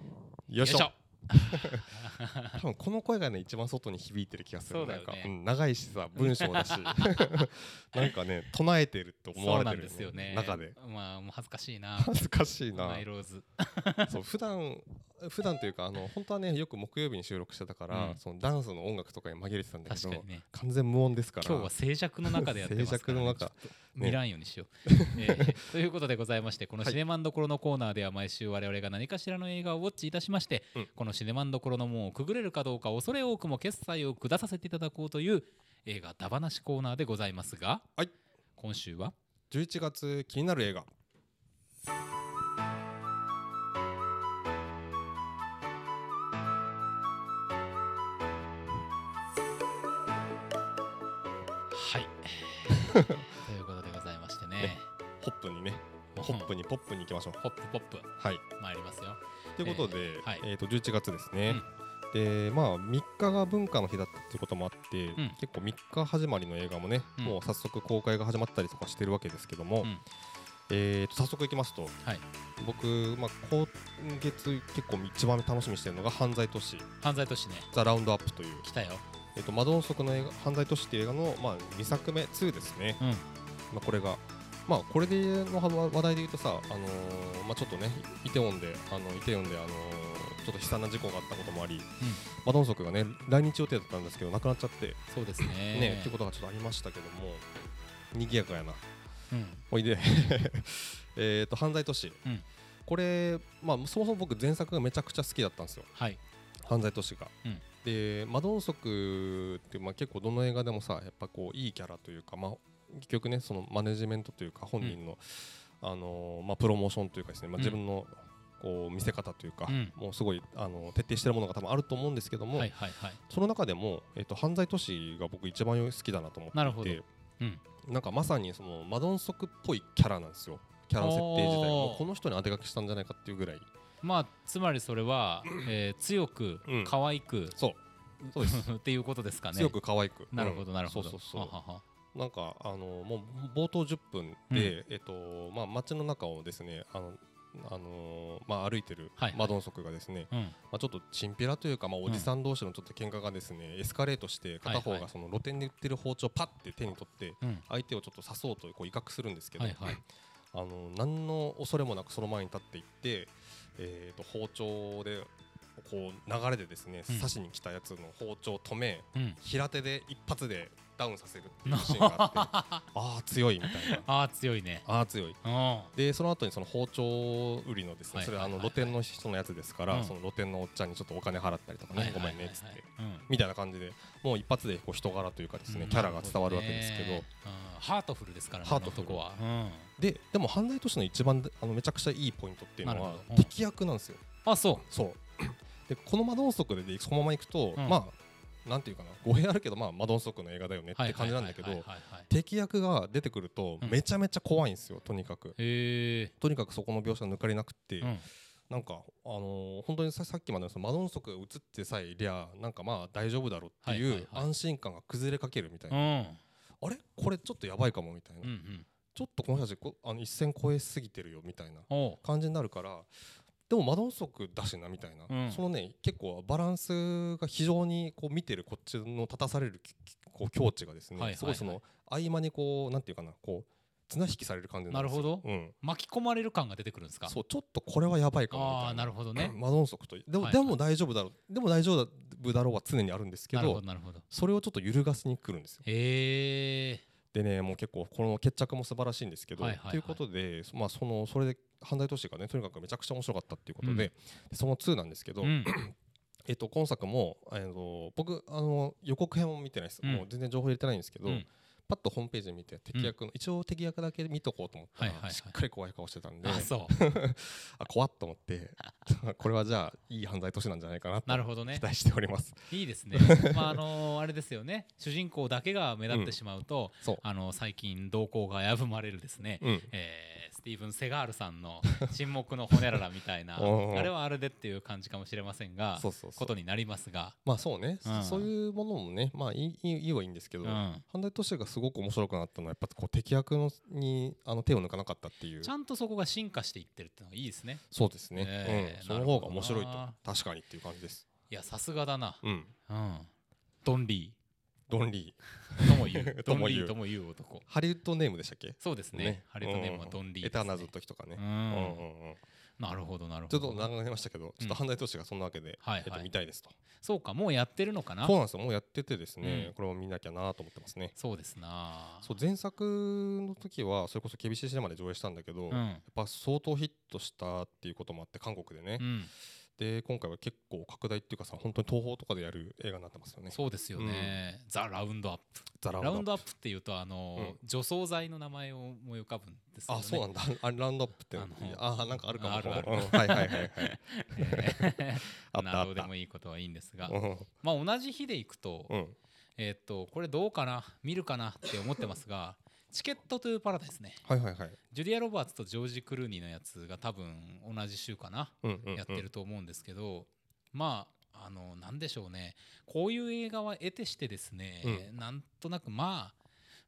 Speaker 2: い
Speaker 1: よ
Speaker 2: し
Speaker 1: いし
Speaker 2: ょ
Speaker 1: ょ
Speaker 2: 多分この声がね一番外に響いてる気がする
Speaker 1: そうだよ
Speaker 2: なんか
Speaker 1: ね、
Speaker 2: うん、長いしさ文章 だしなんかね唱えてるって思わ
Speaker 1: そう
Speaker 2: れ
Speaker 1: な
Speaker 2: て
Speaker 1: ん
Speaker 2: る、
Speaker 1: ですよね
Speaker 2: 中で
Speaker 1: まあもう恥ずかしいな
Speaker 2: 恥ずかしいな
Speaker 1: マイローズ
Speaker 2: そう普段普段というかあの本当はねよく木曜日に収録してたか
Speaker 1: う
Speaker 2: ら、
Speaker 1: ん
Speaker 2: そのダンスの音楽とかに紛れてたんだけ
Speaker 1: 確
Speaker 2: ど、
Speaker 1: かにね
Speaker 2: 完全無音ですから
Speaker 1: 今日は静寂の中でやってますから、ね、
Speaker 2: 静寂の中
Speaker 1: ちょっと見らんようにしよ う、えーということでございましてこの
Speaker 2: はい
Speaker 1: シネマンどころのコーナーでは毎週我々が何かしらの映画をウォッチいたしまして、
Speaker 2: うん
Speaker 1: このシネマンどころの門をくぐれるかどうか恐れ多くも決済を下させていただこうという映画だばなしコーナーでございますが、
Speaker 2: はい
Speaker 1: 今週は
Speaker 2: 11月気になる映画
Speaker 1: はいということでございましてね
Speaker 2: ねポップにねポップにポップに行きましょう
Speaker 1: ポップポップ
Speaker 2: はい
Speaker 1: 参りますよ
Speaker 2: ということで、え
Speaker 1: え
Speaker 2: ー
Speaker 1: ーはい
Speaker 2: と11月ですね、でまあ3日が文化の日だったっていうこともあって、
Speaker 1: ん
Speaker 2: 結構3日始まりの映画もね、
Speaker 1: うん
Speaker 2: もう早速公開が始まったりとかしてるわけですけども、
Speaker 1: うん
Speaker 2: えーと早速いきますと、
Speaker 1: はい
Speaker 2: 僕、まあ、今月結構一番楽しみにしてるのが「犯罪都市
Speaker 1: 犯罪都市ね
Speaker 2: ザ・ラウンドアップ」という
Speaker 1: 来たよ
Speaker 2: えっと、マドンソクの映画犯罪都市っていう映画の、まあ、2作目2ですね、
Speaker 1: うん
Speaker 2: まあ、これが、まあ、これでの話話題で言うとさ、あのーまあ、ちょっとねイテウォンであのイテウォンで、あのーちょっと悲惨な事故があったこともあり、マドンソクがね来日予定だったんですけど亡くなっちゃってね、
Speaker 1: そうですね
Speaker 2: ってことがちょっとありましたけども賑やかやな
Speaker 1: うん
Speaker 2: おいで えっと犯罪都市、
Speaker 1: うん
Speaker 2: これ、まあ、そもそも僕前作がめちゃくちゃ好きだったんですよ
Speaker 1: はい
Speaker 2: 犯罪都市が、
Speaker 1: うん
Speaker 2: でマドンソクって、まあ、結構どの映画でもさやっぱこういいキャラというか、まあ、結局ねそのマネジメントというか本人の、あのーまあ、プロモーションというかですね、まあ、
Speaker 1: うん
Speaker 2: 自分のこう見せ方というか、
Speaker 1: うん
Speaker 2: もうすごいあの徹底してるものが多分あると思うんですけども、
Speaker 1: はいはいはい
Speaker 2: その中でも、えっと犯罪都市が僕一番好きだなと思っていて
Speaker 1: なるほどうん
Speaker 2: なんかまさにそのマドンソクっぽいキャラなんですよキャラの設定自体
Speaker 1: お
Speaker 2: が
Speaker 1: ー
Speaker 2: もうこの人に当て書きしたんじゃないかっていうぐらい
Speaker 1: まあつまりそれは、えー強く
Speaker 2: うん
Speaker 1: 可愛く、
Speaker 2: そうそうです
Speaker 1: っていうことですかね
Speaker 2: 強く可愛く
Speaker 1: なるほどなるほど、
Speaker 2: そうそうそう
Speaker 1: ははは
Speaker 2: なんかあのもう冒頭10分で、えっとまあ街の中をですねあのあのーまあ歩いてる
Speaker 1: はいはい
Speaker 2: マドンソクがですね、
Speaker 1: うん
Speaker 2: まあちょっとチンピラというかまあおじさん同士のちょっと喧嘩がですねエスカレートして片方
Speaker 1: はいは
Speaker 2: がその露店で売ってる包丁をパッて手に取って
Speaker 1: うん
Speaker 2: 相手をちょっと刺そうとこう威嚇するんですけど、
Speaker 1: はいはい
Speaker 2: あの何の恐れもなくその前に立っていって、えー、と包丁でこう流れでですね、
Speaker 1: うん
Speaker 2: 刺しに来たやつの包丁を止め
Speaker 1: うん
Speaker 2: 平手で一発でダウンさせるっていうシーンがあっ てああ強いみたいな
Speaker 1: ああ強いね
Speaker 2: ああ強い
Speaker 1: うんは
Speaker 2: でその後にその包丁売りのですね、
Speaker 1: はい
Speaker 2: それはあの
Speaker 1: はいはい
Speaker 2: 露店の人のやつですから、
Speaker 1: うん
Speaker 2: その露店のおっちゃんにちょっとお金払ったりとか
Speaker 1: い
Speaker 2: ね、
Speaker 1: はいはいはい
Speaker 2: ごめんねっつって。
Speaker 1: うん
Speaker 2: みたいな感じでもう一発でこう人柄というかですね、キャラが伝わるわけですけど、
Speaker 1: なるほねうんハートフルですからね
Speaker 2: ハートフル
Speaker 1: あの男は、うん
Speaker 2: ででも犯罪都市の一番であのめちゃくちゃいいポイントっていうの
Speaker 1: な
Speaker 2: は
Speaker 1: るほどうん
Speaker 2: 敵役なんですよ。
Speaker 1: あそ
Speaker 2: そう でこのマドンソクでそのまま行く
Speaker 1: う
Speaker 2: と、
Speaker 1: ん
Speaker 2: まあなんていうかな語弊あるけどまあマドンソクの映画だよねっ
Speaker 1: う
Speaker 2: て感じなんだけ
Speaker 1: はいは
Speaker 2: ど
Speaker 1: いはいはいはい
Speaker 2: 敵役が出てくると
Speaker 1: うん
Speaker 2: めちゃめちゃ怖いんですよとにかく。
Speaker 1: へ
Speaker 2: とにかくそこの描写が抜かりなくって、
Speaker 1: えうん
Speaker 2: なんか、あのー本当にささっきまでのそのマドンソクが映ってさえいりゃなんかまあ大丈夫だろうって
Speaker 1: はいはいいうはい
Speaker 2: 安心感が崩れかけるみたいな、
Speaker 1: うん
Speaker 2: あれこれちょっとやばいかもみたいな、
Speaker 1: うんうん
Speaker 2: ちょっとこの人たちこあの一線越えすぎてるよみたいな
Speaker 1: おう
Speaker 2: 感じになるからでもマドンソクだしなみたいな、
Speaker 1: うん
Speaker 2: そのね結構バランスが非常にこう見てるこっちの立たされるききこう境地がですね、
Speaker 1: はいはいはい
Speaker 2: すごいその合間にこうなんていうかなこう綱引きされる感じなんですよ
Speaker 1: なるほど
Speaker 2: うん、
Speaker 1: 巻き込まれる感が出てくるんですか
Speaker 2: そうちょっとこれはやばいかもみたい
Speaker 1: あ
Speaker 2: な
Speaker 1: あなるほどね
Speaker 2: うんマドンソクとでも,、
Speaker 1: はい
Speaker 2: で
Speaker 1: はい
Speaker 2: も大丈夫だろうでも大丈夫だろうは常にあるんですけ
Speaker 1: なるほ
Speaker 2: ど
Speaker 1: どなるほど
Speaker 2: それをちょっと揺るがしに来るんですよ
Speaker 1: へえ
Speaker 2: でねもう結構この決着も素晴らしいんですけど、
Speaker 1: はいはいはい
Speaker 2: ということで、そまあ、そのそれで犯罪都市がねとにかくめちゃくちゃ面白かったっていうことで,
Speaker 1: うん
Speaker 2: で、その2なんですけど、
Speaker 1: うん
Speaker 2: えっと、今作も、えっと、僕あの予告編も見てないです、
Speaker 1: うん
Speaker 2: もう全然情報入れてないんですけど、
Speaker 1: うん
Speaker 2: パッとホームページ見て敵役の、一応敵役だけ見とこうと思ったら、
Speaker 1: はいはいはい
Speaker 2: しっかり怖い顔してたんで
Speaker 1: あ
Speaker 2: あ
Speaker 1: そ
Speaker 2: 怖っと思って これはじゃあいい犯罪都市なんじゃないかな
Speaker 1: うな
Speaker 2: と
Speaker 1: るほどね
Speaker 2: 期待しております。
Speaker 1: いいです ねまああのーあれですよね主人公だけが目立ってしまうと
Speaker 2: そう
Speaker 1: あの最近動向が危ぶまれるですね
Speaker 2: うん
Speaker 1: えースティーブン・セガールさん の「沈黙のホネララ」みたいな
Speaker 2: おうおう
Speaker 1: あれはあれでっていう感じかもしれませんが
Speaker 2: そうそうそ
Speaker 1: こ
Speaker 2: う
Speaker 1: とになりますが
Speaker 2: まあそうね、
Speaker 1: うん
Speaker 2: そういうものもねまあいいいいいいはいいんですけど、
Speaker 1: うん
Speaker 2: 犯罪としてがすごく面白くなったのはやっぱこう敵役のにあの手を抜かなかったっていう
Speaker 1: ちゃんとそこが進化していってるってのがいいですね
Speaker 2: そうですね、
Speaker 1: ええ
Speaker 2: うん、その方が
Speaker 1: なるほど
Speaker 2: 面白い
Speaker 1: な
Speaker 2: と確かにっていう感じです
Speaker 1: いやさすがだな
Speaker 2: うん
Speaker 1: うんドンリ
Speaker 2: ドンリー
Speaker 1: ーとも言う
Speaker 2: と
Speaker 1: ド
Speaker 2: も
Speaker 1: ン
Speaker 2: 言
Speaker 1: リ
Speaker 2: う
Speaker 1: ーとも言う男
Speaker 2: ハリウッドネームでしたっけ
Speaker 1: そうですねハリウッドネームはドンリー
Speaker 2: うん
Speaker 1: で
Speaker 2: エ
Speaker 1: すね
Speaker 2: ターナーズの時とかね、
Speaker 1: う
Speaker 2: うんうん
Speaker 1: ん
Speaker 2: うん
Speaker 1: なるほどなるほ
Speaker 2: ちょ
Speaker 1: ど
Speaker 2: っと長くなりましたけど、ちょっと犯罪都市がそんなわけで、
Speaker 1: はいはい
Speaker 2: えっと、見たいですと
Speaker 1: そうかもうやってるのかな
Speaker 2: そうなんですよもうやっててですね、
Speaker 1: うん
Speaker 2: これを見なきゃなと思ってますね
Speaker 1: そうですな
Speaker 2: そう前作の時はそれこそ厳しいシネマで上映したんだけど、
Speaker 1: う
Speaker 2: やっ
Speaker 1: ん
Speaker 2: ぱ相当ヒットしたっていうこともあって韓国でね、
Speaker 1: うん
Speaker 2: で今回は結構拡大っていうかさ本当に東宝とかでやる映画になってますよね
Speaker 1: そうですよねザ・ラウンドアップ
Speaker 2: ザラ
Speaker 1: ラウンドア
Speaker 2: アッ
Speaker 1: ップっていうとあの
Speaker 2: う
Speaker 1: 除草剤の名前を思い浮かぶんですけど
Speaker 2: あ
Speaker 1: ね
Speaker 2: そうな んだ あラウンドアップって
Speaker 1: あの
Speaker 2: ああなんかあるかも
Speaker 1: あるある
Speaker 2: うんはいはいはいはい
Speaker 1: え
Speaker 2: あ
Speaker 1: ー
Speaker 2: った
Speaker 1: な
Speaker 2: あ
Speaker 1: ど
Speaker 2: っ
Speaker 1: うで
Speaker 2: た
Speaker 1: もいいことはいいんですが
Speaker 2: うん
Speaker 1: まあ同じ日で行くと
Speaker 2: うん
Speaker 1: えーっとこれどうかな見るかなって思ってますがチケットトゥーパラダイスね
Speaker 2: はいはいはい
Speaker 1: ジュディア・ロバーツとジョージ・クルーニーのやつが多分同じ週かな
Speaker 2: うんうんうん
Speaker 1: やってると思うんですけどまああのなんでしょうねこういう映画は得てしてですねなんとなくまあ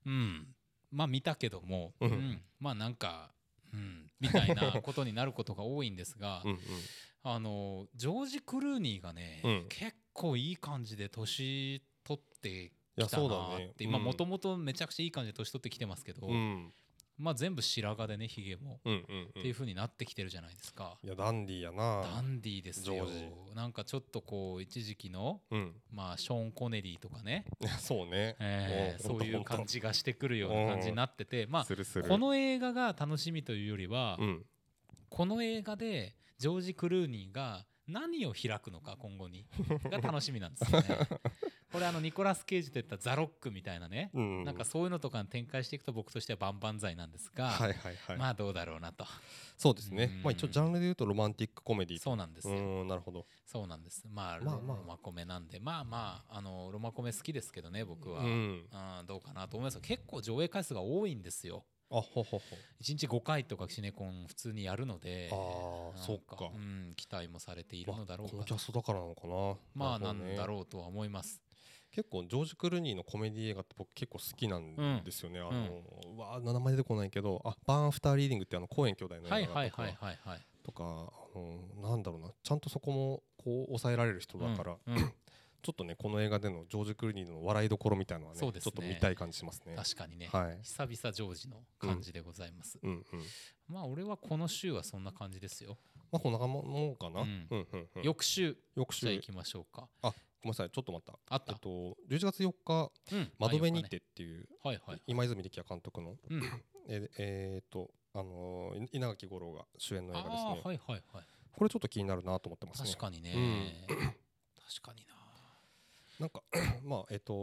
Speaker 1: うんまあ見たけども
Speaker 2: うん
Speaker 1: うんまあなんかうんみたいなことになることが多いんですが
Speaker 2: うんうん
Speaker 1: あのジョージ・クルーニーがね、
Speaker 2: うん
Speaker 1: 結構いい感じで年取って
Speaker 2: いや
Speaker 1: きたな
Speaker 2: そうだね
Speaker 1: って
Speaker 2: うん
Speaker 1: 今もともとめちゃくちゃいい感じで年取ってきてますけど、
Speaker 2: うん
Speaker 1: まあ全部白髪でねひげも、
Speaker 2: うんうんうん
Speaker 1: っていう
Speaker 2: い
Speaker 1: 風になってきてるじゃないですか、
Speaker 2: やダンディーやな
Speaker 1: ダンディーです
Speaker 2: ジョ
Speaker 1: よ
Speaker 2: ー
Speaker 1: なんかちょっとこう一時期の
Speaker 2: うん
Speaker 1: まあショーン・コネリーとかね、
Speaker 2: いやそうね
Speaker 1: えー
Speaker 2: も
Speaker 1: そういう感じがしてくるような感じになってて、
Speaker 2: ほ
Speaker 1: ま
Speaker 2: んとほんとす
Speaker 1: あ
Speaker 2: るする
Speaker 1: この映画が楽しみというよりは、
Speaker 2: うん
Speaker 1: この映画でジョージ・クルーニーが何を開くのか今後にが楽しみなんですよ ね。これあのニコラス・ケイジといったザ・ロックみたいなね、
Speaker 2: うん
Speaker 1: なんかそういうのとかに展開していくと僕としては万々歳なんですが、
Speaker 2: はいはいはい、
Speaker 1: まあどうだろうなと
Speaker 2: そうですね
Speaker 1: うん、
Speaker 2: まあ、一応ジャンルで言うとロマンティックコメディ
Speaker 1: そうなんです
Speaker 2: う
Speaker 1: よ、
Speaker 2: んなるほど
Speaker 1: そうなんですまあ
Speaker 2: まあ
Speaker 1: ロ
Speaker 2: まあ
Speaker 1: マコメなんでまあまああのロマコメ好きですけどね僕は、
Speaker 2: う
Speaker 1: うん
Speaker 2: ん
Speaker 1: どうかなと思います結構上映回数が多いんですよ
Speaker 2: あほほほ
Speaker 1: 1日5回とかシネコン普通にやるので
Speaker 2: あ
Speaker 1: なん
Speaker 2: あそっか
Speaker 1: うん、期待もされている
Speaker 2: まあ
Speaker 1: のだろ
Speaker 2: こ
Speaker 1: う
Speaker 2: の
Speaker 1: か
Speaker 2: キャストだからなのかな
Speaker 1: まあなんだ
Speaker 2: う
Speaker 1: ろうとは思います
Speaker 2: 結構ジョージ・クルーニーのコメディ映画って僕結構好きなんですよね、あのうわー名前出てこないけどあバーン・アフター・リーディングってあのコエン兄弟の
Speaker 1: はい
Speaker 2: 映画
Speaker 1: はい
Speaker 2: とか,、
Speaker 1: はいはいはい
Speaker 2: とかあのなんだろうなちゃんとそこもこう抑えられる人だから、
Speaker 1: うんうん
Speaker 2: ちょっとねこの映画でのジョージ・クルーニーの笑いどころみたいのはね
Speaker 1: そうです
Speaker 2: ちょ
Speaker 1: ね
Speaker 2: っと見たい感じしますね
Speaker 1: 確かにね、
Speaker 2: はい
Speaker 1: 久々ジョージの感じでございます、
Speaker 2: うんうん
Speaker 1: まあ俺はこの週はそんな感じですよ、
Speaker 2: まあこんなもんかな、
Speaker 1: う
Speaker 2: うんんうんうん、
Speaker 1: 翌週
Speaker 2: 翌
Speaker 1: じ
Speaker 2: 週
Speaker 1: ゃあ行
Speaker 2: ご
Speaker 1: きましょうか
Speaker 2: めんなさいちょっと待った
Speaker 1: あっ
Speaker 2: え
Speaker 1: た、
Speaker 2: っと11月4日
Speaker 1: うん
Speaker 2: 「窓辺
Speaker 1: あ
Speaker 2: に
Speaker 1: よか
Speaker 2: て」っていう
Speaker 1: ねはいはい
Speaker 2: 今泉力也監督の
Speaker 1: うん
Speaker 2: ええーっとあのーい稲垣吾郎が主演の映画です
Speaker 1: あ
Speaker 2: ね
Speaker 1: あはいはいはい
Speaker 2: これちょっと気になるなと思ってますね
Speaker 1: 確かにね、
Speaker 2: う
Speaker 1: 確かにな
Speaker 2: なんか まあえっと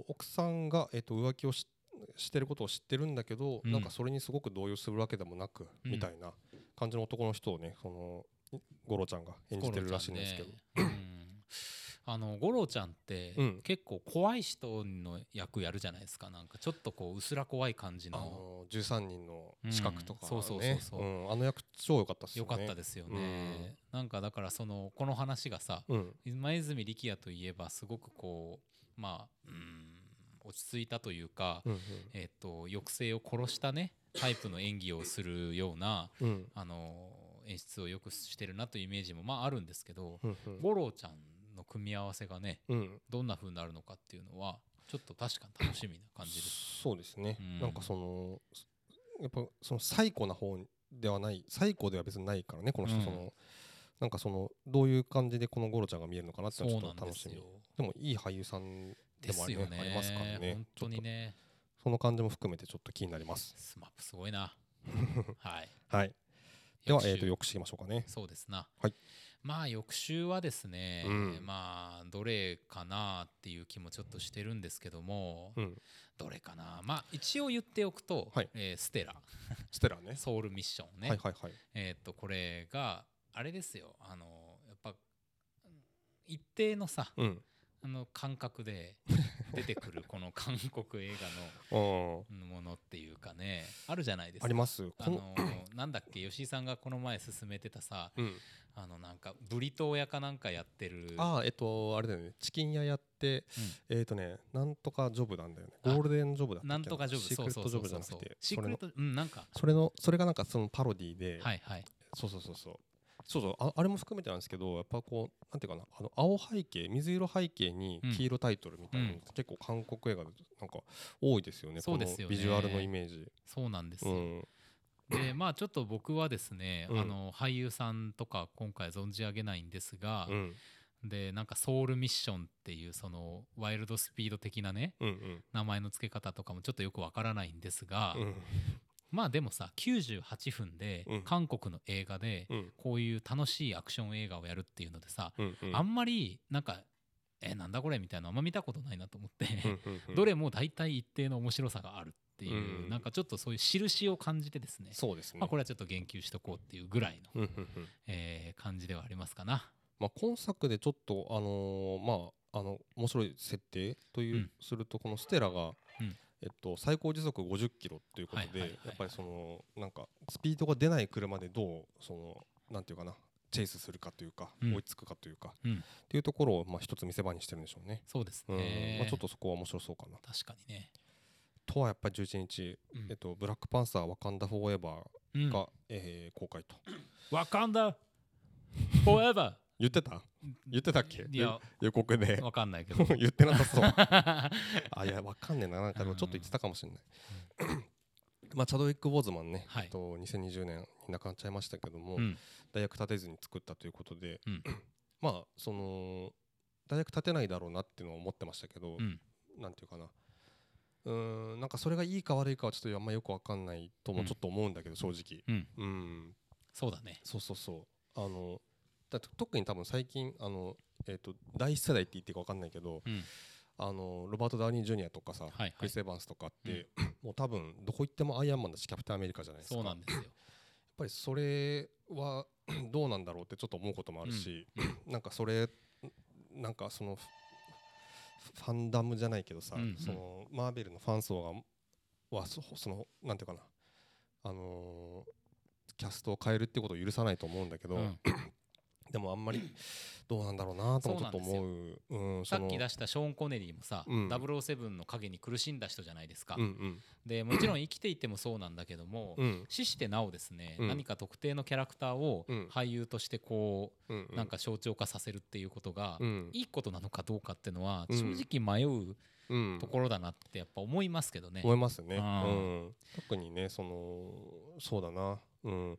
Speaker 2: 奥さんがえっと浮気をししてることを知ってるんだけど、
Speaker 1: うん
Speaker 2: なんかそれにすごく動揺するわけでもなく、
Speaker 1: うん
Speaker 2: みたいな感じの男の人をねそのい吾郎ちゃんが演じてるらしいんですけど、
Speaker 1: 五郎ちゃんねうんあの五郎ちゃんって、
Speaker 2: うん
Speaker 1: 結構怖い人の役やるじゃないですかなんかちょっとこう薄ら怖い感じ
Speaker 2: あ
Speaker 1: の
Speaker 2: の13人の資格とか、ね
Speaker 1: うんそうそうそうそう
Speaker 2: うんあの役超良かったっすよ
Speaker 1: 良
Speaker 2: ね
Speaker 1: かったですよね、なんかだからそのこの話がさ
Speaker 2: うん
Speaker 1: 今泉力也といえばすごくこうまあうん落ち着いたというか、
Speaker 2: うん
Speaker 1: えっと抑制を殺したねタイプの演技をするような
Speaker 2: うんうん
Speaker 1: あの演出をよくしてるなというイメージもまああるんですけど、
Speaker 2: うんうん
Speaker 1: 五郎ちゃんの組み合わせがね
Speaker 2: うん
Speaker 1: どんな風になるのかっていうのはちょっと確かに楽しみな感じです。
Speaker 2: そうですね、
Speaker 1: うん
Speaker 2: なんかそのすやっぱその最古な方ではない最古では別にないからねこの人、
Speaker 1: うん
Speaker 2: そのなんかそのどういう感じでこのゴロちゃんが見えるのかなって
Speaker 1: そ
Speaker 2: のは
Speaker 1: う
Speaker 2: ちょ
Speaker 1: な
Speaker 2: っ
Speaker 1: ん
Speaker 2: と
Speaker 1: で
Speaker 2: 楽し
Speaker 1: す
Speaker 2: み
Speaker 1: よ
Speaker 2: で。もいい俳優さん
Speaker 1: で
Speaker 2: でもあ
Speaker 1: す
Speaker 2: れ
Speaker 1: よ
Speaker 2: ね
Speaker 1: ね。
Speaker 2: ありますからね
Speaker 1: 本当にね。
Speaker 2: その感じも含めてちょっと気になります
Speaker 1: スマップすごい な。はい。
Speaker 2: はいでは
Speaker 1: 翌週
Speaker 2: えー、とよくしていきましょうかね
Speaker 1: そうですな、
Speaker 2: はい
Speaker 1: まあ翌週はですね、
Speaker 2: うん
Speaker 1: まあどれかなっていう気もちょっとしてるんですけども、
Speaker 2: うん
Speaker 1: どれかなまあ一応言っておくと、
Speaker 2: はい
Speaker 1: えーステラ
Speaker 2: ステラね
Speaker 1: ソウルミッションね、
Speaker 2: はいはいはい
Speaker 1: えーっとこれがあれですよあのやっぱ一定のさ
Speaker 2: うん
Speaker 1: あの感覚で出て くるこの韓国映
Speaker 2: うん
Speaker 1: 画のものっていうかねあるじゃないです
Speaker 2: あ
Speaker 1: か
Speaker 2: り。ますこ
Speaker 1: あ
Speaker 2: の
Speaker 1: のなんだっけ吉井さんがこの前勧めてたさ
Speaker 2: うん、
Speaker 1: あのなんかブリトー屋かなんかやってる
Speaker 2: ああえっとあれだよねチキン屋やって、えっ、とねなんとかジョブなんだよね
Speaker 1: あ
Speaker 2: ゴールデンジョブだったっけ
Speaker 1: なんとかジョブ
Speaker 2: シークレッ
Speaker 1: そう
Speaker 2: トジ
Speaker 1: そ
Speaker 2: ョ
Speaker 1: う
Speaker 2: ブじ
Speaker 1: そ
Speaker 2: ゃ
Speaker 1: う
Speaker 2: な
Speaker 1: そ
Speaker 2: く
Speaker 1: う
Speaker 2: て
Speaker 1: シークレットうんなんか
Speaker 2: それのそれがなんかそのパロディで、
Speaker 1: はいはい
Speaker 2: そうそうそうそうそうそうああれも含めてなんですけどやっぱこうなんていうかなあの青背景水色背景に
Speaker 1: うん
Speaker 2: 黄色タイトルみたいなの、
Speaker 1: うん
Speaker 2: 結構韓国映画でなんか多いですよね
Speaker 1: そうですよね
Speaker 2: このビジュアルのイメージ。
Speaker 1: そうなんです
Speaker 2: う
Speaker 1: よ、
Speaker 2: ん
Speaker 1: でまあちょっと僕はですね、
Speaker 2: うん
Speaker 1: あの俳優さんとか今回存じ上げないんですが
Speaker 2: う、ん
Speaker 1: でなんかソウルミッションっていうそのワイルドスピード的なね
Speaker 2: うんうん
Speaker 1: 名前の付け方とかもちょっとよくわからないんですが、
Speaker 2: うん
Speaker 1: まあでもさ98分で
Speaker 2: うん
Speaker 1: 韓国の映画で
Speaker 2: うん
Speaker 1: こういう楽しいアクション映画をやるっていうのでさ、
Speaker 2: うんうん
Speaker 1: あんまりなんか「えなんだこれ」みたいなのあんま見たことないなと思って、
Speaker 2: うんうん うん
Speaker 1: どれも大体一定の面白さがあるっていう、
Speaker 2: うん
Speaker 1: なんかちょっとそういう印を感じてですね
Speaker 2: そうですね。
Speaker 1: まあ、これはちょっと言及しとこうっていうぐらいの、
Speaker 2: うんうんうん
Speaker 1: えー感じではありますかな。
Speaker 2: まあ、今作でちょっとあのーまああの面白い設定という、
Speaker 1: うん
Speaker 2: するとこのステラが、
Speaker 1: うん
Speaker 2: えっと、最高時速50キロということで、
Speaker 1: はいはいはいはい
Speaker 2: やっぱりそのなんかスピードが出ない車でどうそのなんていうかなチェイスするかというか、
Speaker 1: うん
Speaker 2: 追いつくかというか、
Speaker 1: うん
Speaker 2: っていうところをまあ一つ見せ場にしてるんでしょうね。
Speaker 1: そうです
Speaker 2: うん
Speaker 1: ね、
Speaker 2: まあ、ちょっとそこは面白そうかな。
Speaker 1: 確かにね、
Speaker 2: とはやっぱり11日、
Speaker 1: うん
Speaker 2: えっと、ブラックパンサーワカンダフォーエバ
Speaker 1: うん
Speaker 2: ーが、えー公開と
Speaker 1: わかんだ Forever!
Speaker 2: 言ってた 言ってたっけ
Speaker 1: いや、
Speaker 2: 予告で
Speaker 1: わかんないけど。
Speaker 2: 言ってなさそうあいやわかんねえななんかでもちょっと言ってたかもしれない、 まあチャドウィック・ボーズマンね、
Speaker 1: はい
Speaker 2: えっと2020年に亡くなっちゃいましたけども、
Speaker 1: うん、
Speaker 2: 大学立てずに作ったということで、
Speaker 1: うん
Speaker 2: まあその大学立てないだろうなっていうのは思ってましたけ
Speaker 1: う
Speaker 2: ど、
Speaker 1: ん
Speaker 2: なんていうかなうーんなんかそれがいいか悪いかはちょっとあんまよくわかんないともちょっと思うんだけど正直
Speaker 1: うん
Speaker 2: うん
Speaker 1: そうだね
Speaker 2: そうそうそうあのだって特に多分最近あの、えー、と第一世代って言っていいか分かんないけど
Speaker 1: うん
Speaker 2: あのロバート・ダーニー・ジュニアとかさ、
Speaker 1: はい
Speaker 2: クリス・エヴァンスとかって、 もう多分どこ行ってもアイアンマンだしキャプテンアメリカじゃないですか
Speaker 1: そうなんですよ
Speaker 2: やっぱりそれは どうなんだろうってちょっと思うこともあるし、 なんかそれなんかそのフフファンダムじゃないけどさ、
Speaker 1: うんうん
Speaker 2: そのマーベルのファン層がはそそのなんていうかなあのーキャストを変えるってことを許さないと思うんだけど、
Speaker 1: うん
Speaker 2: でもあんまりどうなんだろうなともちょっと
Speaker 1: そ
Speaker 2: 思ううん
Speaker 1: さ
Speaker 2: その
Speaker 1: っき出したショーン・コネリーもさ、
Speaker 2: うん
Speaker 1: 007の影に苦しんだ人じゃないですか、
Speaker 2: うんうん
Speaker 1: でもちろん生きていてもそうなんだけども、
Speaker 2: うん
Speaker 1: 死してなおですね、
Speaker 2: うん
Speaker 1: 何か特定のキャラクターを
Speaker 2: うん
Speaker 1: 俳優としてこ
Speaker 2: うん
Speaker 1: う、なんか象徴化させるっていうことが、
Speaker 2: うん
Speaker 1: いいことなのかどうかっていうのは
Speaker 2: うん
Speaker 1: 正直迷う
Speaker 2: うん
Speaker 1: ところだなってやっぱ思いますけどね、
Speaker 2: 思いますね、
Speaker 1: あ
Speaker 2: う
Speaker 1: ー
Speaker 2: ん、特にねそのそうだな、うん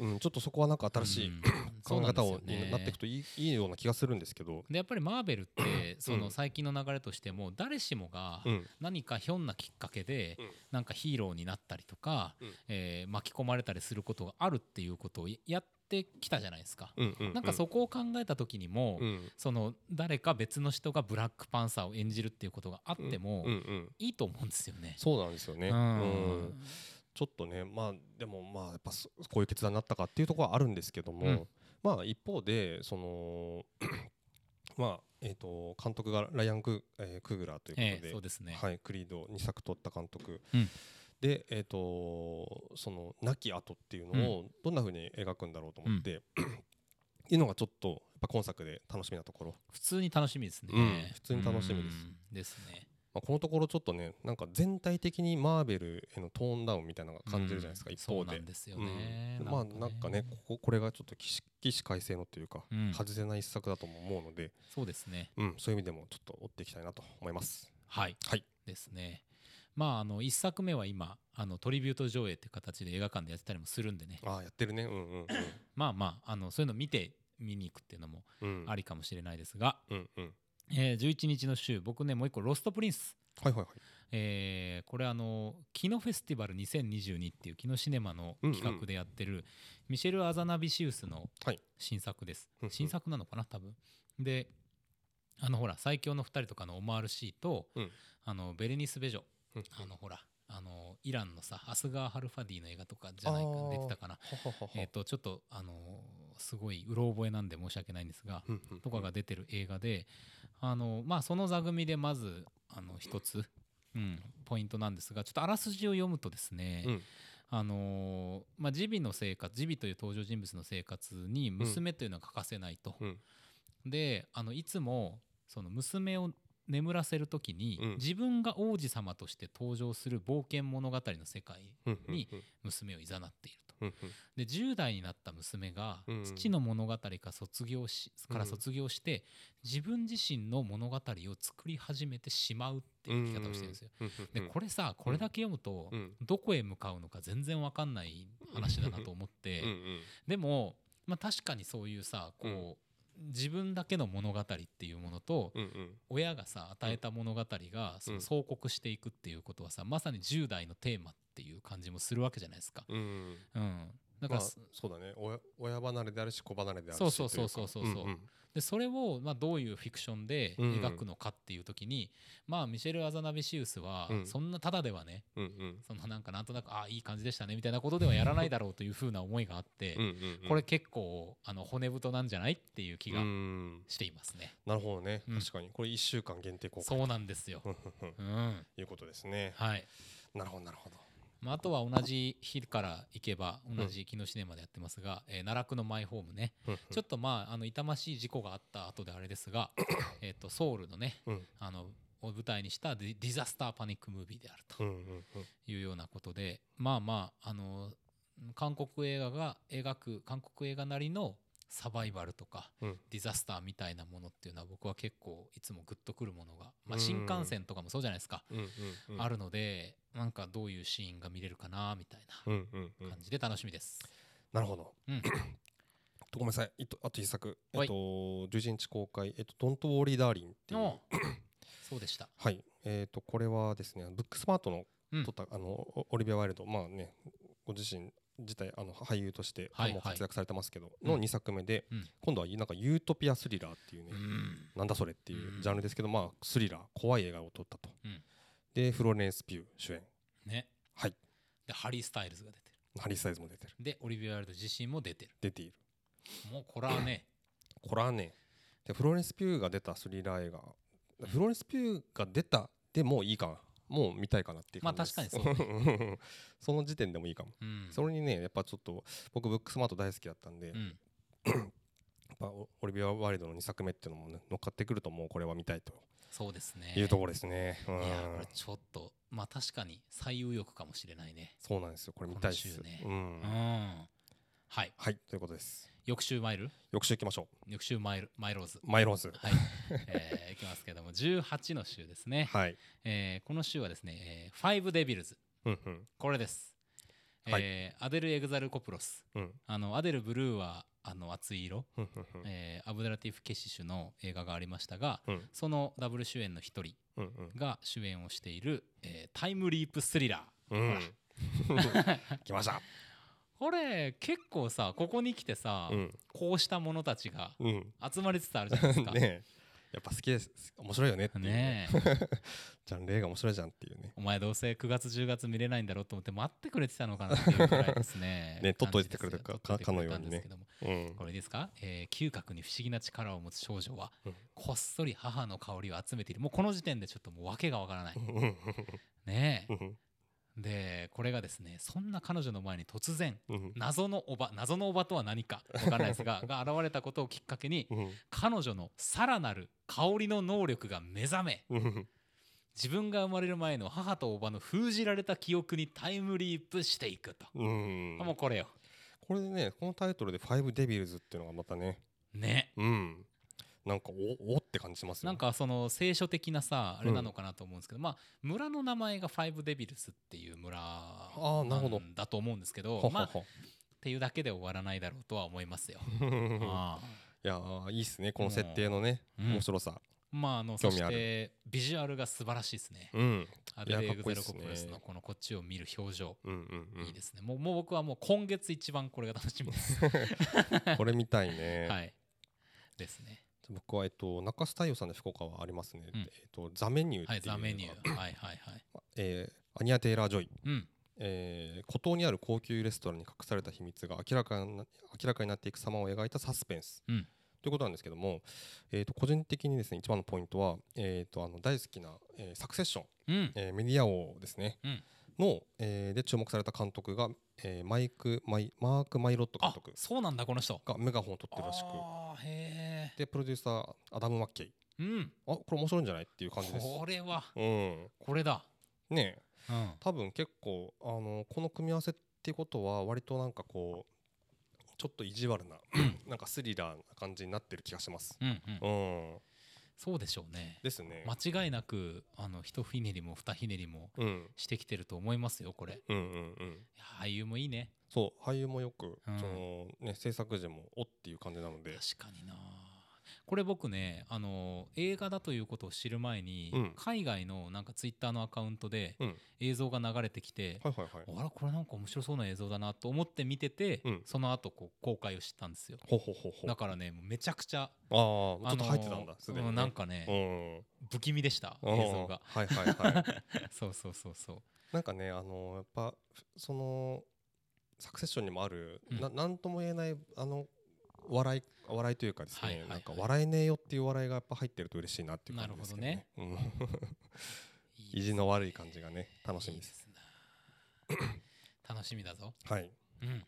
Speaker 2: うん、ちょっとそこはなんか新しい、
Speaker 1: うん
Speaker 2: 考え方を
Speaker 1: そうなんですよね
Speaker 2: になっていくといいいいような気がするんですけど、
Speaker 1: でやっぱりマーベルってそうの
Speaker 2: ん
Speaker 1: 最近の流れとしても誰しもが
Speaker 2: うん
Speaker 1: 何かひょんなきっかけで
Speaker 2: うん
Speaker 1: なんかヒーローになったりとか
Speaker 2: うん
Speaker 1: えー巻き込まれたりすることがあるっていうことをやってきたじゃないですか。
Speaker 2: うんうん
Speaker 1: なんかそこを考えた時にも
Speaker 2: うん
Speaker 1: その誰か別の人がブラックパンサーを演じるっていうことがあっても
Speaker 2: うんうん、
Speaker 1: いいと思うんですよね。
Speaker 2: そうなんですよね、
Speaker 1: う
Speaker 2: うん
Speaker 1: ん
Speaker 2: ちょっとねまあでもまあやっぱそこういう決断になったかっていうところはあるんですけども、
Speaker 1: うん
Speaker 2: まあ一方でその まあえー、と監督がライアンク、えークーグラーということで,、
Speaker 1: ええそうですね。
Speaker 2: はい、クリード2作取った監督、
Speaker 1: うん
Speaker 2: で、えー、とその亡き後っていうのをどんなふうに描くんだろうと思って、っていうのがちょっとやっぱ今作で楽しみなところ、
Speaker 1: 普通に楽しみですね。
Speaker 2: うん普通に楽しみです
Speaker 1: うん。ですね。
Speaker 2: まあ、このところちょっとねなんか全体的にマーベルへのトーンダウンみたいなのが感じるじゃないですか、
Speaker 1: うん
Speaker 2: 一方
Speaker 1: そうな
Speaker 2: で
Speaker 1: ん。ですよね。
Speaker 2: うんまあなんかねこここれがちょっと起死起死回生のというか、
Speaker 1: うん
Speaker 2: 外せない一作だとも思うので、
Speaker 1: そうですね。
Speaker 2: うん、そういう意味でもちょっと追っていきたいなと思います。
Speaker 1: はい。
Speaker 2: はい
Speaker 1: ですね。まああの一作目は今あのトリビュート上映っていう形で映画館でやってたりもするんでね。
Speaker 2: ああやってるねうんうん
Speaker 1: まあまああのそういうの見て見に行くっていうのも
Speaker 2: うん、うん、
Speaker 1: ありかもしれないですが、
Speaker 2: うんうん
Speaker 1: えー11日の週僕ねもう一個ロストプリンス。
Speaker 2: はいはいはい
Speaker 1: えーこれあのキノフェスティバル2022っていうキノシネマの企画でやってるミシェル・アザナビシウスの
Speaker 2: はい
Speaker 1: 新作です、
Speaker 2: うんうん
Speaker 1: 新作なのかな多分であのほら最強の2人とかのオマール・シーと、
Speaker 2: うん
Speaker 1: あのベレニス・ベジョ
Speaker 2: うん
Speaker 1: あのほらあのイランのさアスガー・ハルファディの映画とかじゃないか
Speaker 2: あー
Speaker 1: 出てたかな
Speaker 2: はははは
Speaker 1: えっ、とちょっとあのすごいうろ覚えなんで申し訳ないんですが、
Speaker 2: うんうん
Speaker 1: とかが出てる映画で、あのまあ、その座組でまずあの一つ、うん、ポイントなんですがちょっとあらすじを読むとですね、
Speaker 2: うん
Speaker 1: あのーまあ、ジビの生活ジビという登場人物の生活に娘というのは欠かせないと、
Speaker 2: うん
Speaker 1: であのいつもその娘を眠らせる時に、
Speaker 2: うん
Speaker 1: 自分が王子様として登場する冒険物語の世界
Speaker 2: うんうん
Speaker 1: に娘をいざなっていると。
Speaker 2: うんうん
Speaker 1: で10代になった娘が
Speaker 2: うん
Speaker 1: 父の物語から卒業しから
Speaker 2: うん
Speaker 1: 卒業して自分自身の物語を作り始めてしまうっていう生き方をしてるんですよ。
Speaker 2: うんう
Speaker 1: で
Speaker 2: んうん
Speaker 1: これさこれだけ読むと
Speaker 2: うん
Speaker 1: どこへ向かうのか全然わかんない話だなと思っ
Speaker 2: う
Speaker 1: て
Speaker 2: んうん
Speaker 1: でもまあ確かにそういうさこう自分だけの物語っていうものと
Speaker 2: うんうん
Speaker 1: 親がさ与えた物語がその相克していくっていうことはさまさに10代のテーマっていう感じもするわけじゃないですか。
Speaker 2: うん
Speaker 1: うん、だか
Speaker 2: ま
Speaker 1: ら
Speaker 2: あそうだね親親離れであるし子離れであるし
Speaker 1: そうそう
Speaker 2: といか
Speaker 1: そうそうそうそうでそれをまあどういうフィクションで
Speaker 2: うんうん
Speaker 1: 描くのかっていう時に、まあミシェル・アザナビシウスは
Speaker 2: うん
Speaker 1: そんなただではね
Speaker 2: うんうん
Speaker 1: そのなんかなんとなくあいい感じでしたねみたいなことではやらないだろうというふうな思いがあって、
Speaker 2: うんうんうん
Speaker 1: これ結構あの骨太なんじゃないっていう気が
Speaker 2: うん
Speaker 1: していますね。
Speaker 2: なるほどね、
Speaker 1: うん
Speaker 2: 確かにこれ1週間限定公開
Speaker 1: そうなんですよ。
Speaker 2: うんうんうん
Speaker 1: うん
Speaker 2: いうことですね
Speaker 1: はい
Speaker 2: なるほどなるほど
Speaker 1: まあ、あとは同じ日から行けば同じ昨日シネマでやってますが、えー奈落のマイホームね、
Speaker 2: うんうん
Speaker 1: ちょっとまああの痛ましい事故があった後であれです がえっとソウルのね
Speaker 2: うん
Speaker 1: あのを舞台にしたディディザスターパニックムービーである
Speaker 2: う
Speaker 1: と
Speaker 2: んうんうん
Speaker 1: いうようなことで、まあまああの韓国映画が描く韓国映画なりのサバイバルとか
Speaker 2: うん
Speaker 1: ディザスターみたいなものっていうのは僕は結構いつもグッとくるものが、まあ、
Speaker 2: うん
Speaker 1: 新幹線とかもそうじゃないですか、
Speaker 2: うんうんうん
Speaker 1: あるのでなんかどういうシーンが見れるかなみたい
Speaker 2: うん
Speaker 1: な
Speaker 2: うんうん
Speaker 1: 感じで楽しみです。
Speaker 2: なるほど、
Speaker 1: うん
Speaker 2: ごめんなさいいとあと一作、
Speaker 1: はい
Speaker 2: えっと、11日公開「えっと、ドント・ウォーリー・ダーリン」っていう
Speaker 1: おそうでした。
Speaker 2: はい、えー、とこれはですねブックスマートの
Speaker 1: うん
Speaker 2: 撮った、あのオオリビア・ワイルドまあねご自身自体あの俳優として、
Speaker 1: はい
Speaker 2: もう
Speaker 1: はい
Speaker 2: 活躍されてますけど、
Speaker 1: うん
Speaker 2: の2作目で、
Speaker 1: うん
Speaker 2: 今度はなんかユートピアスリラーっていうね、
Speaker 1: うん
Speaker 2: なんだそれっていううんジャンルですけど、まあ、スリラー怖い映画を撮ったと、
Speaker 1: うん
Speaker 2: でフロレンス・ピュー主演
Speaker 1: ね
Speaker 2: はい
Speaker 1: でハリー・スタイルズが出て
Speaker 2: ハリー・スタイルズも出てる
Speaker 1: るでオリビア・ワイルド自身も出てる
Speaker 2: 出ている
Speaker 1: もうこれはね
Speaker 2: これはねでフロレンス・ピューが出たスリラー映画フロレンス・ピューが出たでもういいかなもう見たいかなっていう感じです
Speaker 1: まあ確か
Speaker 2: その時点でもいいかも、
Speaker 1: うん
Speaker 2: それにねやっぱちょっと僕ブックスマート大好きだったんで、
Speaker 1: う
Speaker 2: やっ
Speaker 1: ん
Speaker 2: ぱオリビア・ワイルドの2作目っていうのも、ね、乗っかってくるともうこれは見たいと
Speaker 1: そうですね
Speaker 2: いうところですね、うん
Speaker 1: いやこれちょっとまあ確かに最右翼かもしれないね
Speaker 2: そうなんですよこれ見たい
Speaker 1: こ
Speaker 2: です、
Speaker 1: の週ね
Speaker 2: うん
Speaker 1: うんはい
Speaker 2: はいということです
Speaker 1: 翌週マイル
Speaker 2: 翌週行きましょ
Speaker 1: 翌週マイルマイローズ
Speaker 2: うマイローズ
Speaker 1: はい、えー、いきますけども18の週ですね、
Speaker 2: はい
Speaker 1: えーこの週はですね、えー、ファイブデビルズ
Speaker 2: うんうん
Speaker 1: これです、
Speaker 2: はい
Speaker 1: えーアデル・エグザル・コプロス
Speaker 2: うん
Speaker 1: あのアデル・ブルーはあの熱い色、
Speaker 2: うんうんうん
Speaker 1: えーアブドラティフ・ケシシュの映画がありましたが
Speaker 2: うん
Speaker 1: そのダブル主演の一人
Speaker 2: うんうん
Speaker 1: が主演をしている、えータイムリープスリラー
Speaker 2: うん。 来ました。
Speaker 1: これ結構さここに来てさ、
Speaker 2: うん。
Speaker 1: こうした者たちが
Speaker 2: うん。
Speaker 1: 集まりつつあるじゃないですか。
Speaker 2: ねえ。やっぱ好きです。面白いよねっていう。
Speaker 1: ねえ
Speaker 2: ジャンル映画面白いじゃんっていうね。。
Speaker 1: お前どうせ9月10月見れないんだろうと思って待ってくれてたのかなっていうぐらいですね
Speaker 2: ね取っといてくれたか
Speaker 1: 感じです
Speaker 2: かのようにね
Speaker 1: 取っといてくれたんですけども
Speaker 2: うん
Speaker 1: こ。れですか、えー嗅覚に不思議な力を持つ少女は、
Speaker 2: うん
Speaker 1: こっそり母の香りを集めている。もうこの時点でちょっともう訳がわからない。
Speaker 2: うん
Speaker 1: ね
Speaker 2: うんうん
Speaker 1: え。で、これがですね、そんな彼女の前に突然、
Speaker 2: うん
Speaker 1: 謎のおば、謎のおばとは何かわからないですが、が現れたことをきっかけに、
Speaker 2: うん
Speaker 1: 彼女のさらなる香りの能力が目覚め、
Speaker 2: うん
Speaker 1: 自分が生まれる前の母とおばの封じられた記憶にタイムリープしていくと、
Speaker 2: うん
Speaker 1: あもうこれよ
Speaker 2: これでね、このタイトルで「ファイブデビルズ」っていうのがまたね、
Speaker 1: ね
Speaker 2: うん、なんかおおって感じしますよ。
Speaker 1: なんかその聖書的なさあれ
Speaker 2: うん
Speaker 1: なのかなと思うんですけど、まあ村の名前がファイブデビルスっていう村
Speaker 2: ーなるほど
Speaker 1: なんだと思うんですけど
Speaker 2: は
Speaker 1: まあっ
Speaker 2: はは
Speaker 1: ていうだけで終わらないだろうとは思いますよ。あ
Speaker 2: いやーいいっすねこの設定のね、
Speaker 1: うん
Speaker 2: 面白
Speaker 1: ー
Speaker 2: さ。
Speaker 1: まああのそ
Speaker 2: 興味
Speaker 1: し
Speaker 2: ある
Speaker 1: てビジュアルが素晴らしいですね。
Speaker 2: うん
Speaker 1: アデレ・エグ
Speaker 2: かっこい
Speaker 1: ゼ
Speaker 2: い
Speaker 1: ル・
Speaker 2: っす
Speaker 1: コ
Speaker 2: ね
Speaker 1: プロスのこのこっちを見る表情。
Speaker 2: うんうんう
Speaker 1: いいで
Speaker 2: ん。
Speaker 1: すねもうもう僕はもう今月一番これが楽しみです。
Speaker 2: これみたいね。
Speaker 1: はい、ですね。
Speaker 2: 僕はえっと中須太陽さんの福岡はありますね。
Speaker 1: うん
Speaker 2: えっとザメニューって
Speaker 1: はいい、ザメ
Speaker 2: う映画
Speaker 1: ニュー。はいはいはい。
Speaker 2: えーアニア・テイラー・ジョイ、
Speaker 1: うん。
Speaker 2: えー孤島にある高級レストランに隠された秘密が明らかにな明らかになっていく様を描いたサスペンス、
Speaker 1: うん
Speaker 2: ということなんですけども、えー、と個人的にですね一番のポイントは、えー、とあの大好きな、えーサクセッション、
Speaker 1: うん。
Speaker 2: えーメディア王ですね、
Speaker 1: うん
Speaker 2: の、えーで注目された監督が、えーマイクマイマーク・マイロット監
Speaker 1: あ
Speaker 2: 督、
Speaker 1: そうなんだ、この人。
Speaker 2: がメガホンを取ってるらしく
Speaker 1: あーへ
Speaker 2: でプロデューサーアダム・マッケイ
Speaker 1: え。うん。
Speaker 2: あこれ面白いんじゃないっていう感じです。
Speaker 1: これは、
Speaker 2: うん
Speaker 1: これだ。
Speaker 2: ね
Speaker 1: う
Speaker 2: え
Speaker 1: ん。
Speaker 2: 多分結構あのこの組み合わせってことは割となんかこうちょっと意地悪な なんかスリラーな感じになってる気がします。
Speaker 1: うんうん
Speaker 2: う、ん、
Speaker 1: そうでしょうね。
Speaker 2: ですね。
Speaker 1: 間違いなく、あの、ひとひねりもふたひねりも
Speaker 2: うん
Speaker 1: してきてると思いますよ、これ。い
Speaker 2: うんうんうん。
Speaker 1: や俳優もいいね。
Speaker 2: そう俳優もよく、
Speaker 1: うん
Speaker 2: そのね制作陣もおっていう感じなので。
Speaker 1: 確かにな。これ僕ね、あの映画だということを知る前に、
Speaker 2: うん
Speaker 1: 海外のなんかツイッターのアカウントで
Speaker 2: うん。
Speaker 1: 映像が流れてきて、
Speaker 2: はいはいはい。
Speaker 1: あらこれなんか面白そうな映像だなと思って見てて、
Speaker 2: うん
Speaker 1: その後こう公開を知ったんですよ
Speaker 2: ほうほうほうほう。
Speaker 1: だ
Speaker 2: あ
Speaker 1: からねもうめちゃくちゃ
Speaker 2: あーちょっと入ってたん
Speaker 1: あの
Speaker 2: だ
Speaker 1: ー
Speaker 2: すでにね、
Speaker 1: うんなんかね、
Speaker 2: うん。
Speaker 1: 不気味でした
Speaker 2: うん
Speaker 1: 映像が
Speaker 2: はいはいはい。
Speaker 1: そうそうそうそ
Speaker 2: なんかねあのやっぱそのサクセッションにもある、
Speaker 1: うん
Speaker 2: ななんとも言えないあの笑い笑いというかですね、
Speaker 1: はいはいはい
Speaker 2: なんか笑えねえよっていう笑いがやっぱ入ってると嬉しいなっていう感じですけどねうん
Speaker 1: ういい
Speaker 2: 意地の悪い感じがね楽しみです
Speaker 1: いいな楽しみだぞ
Speaker 2: はい
Speaker 1: うん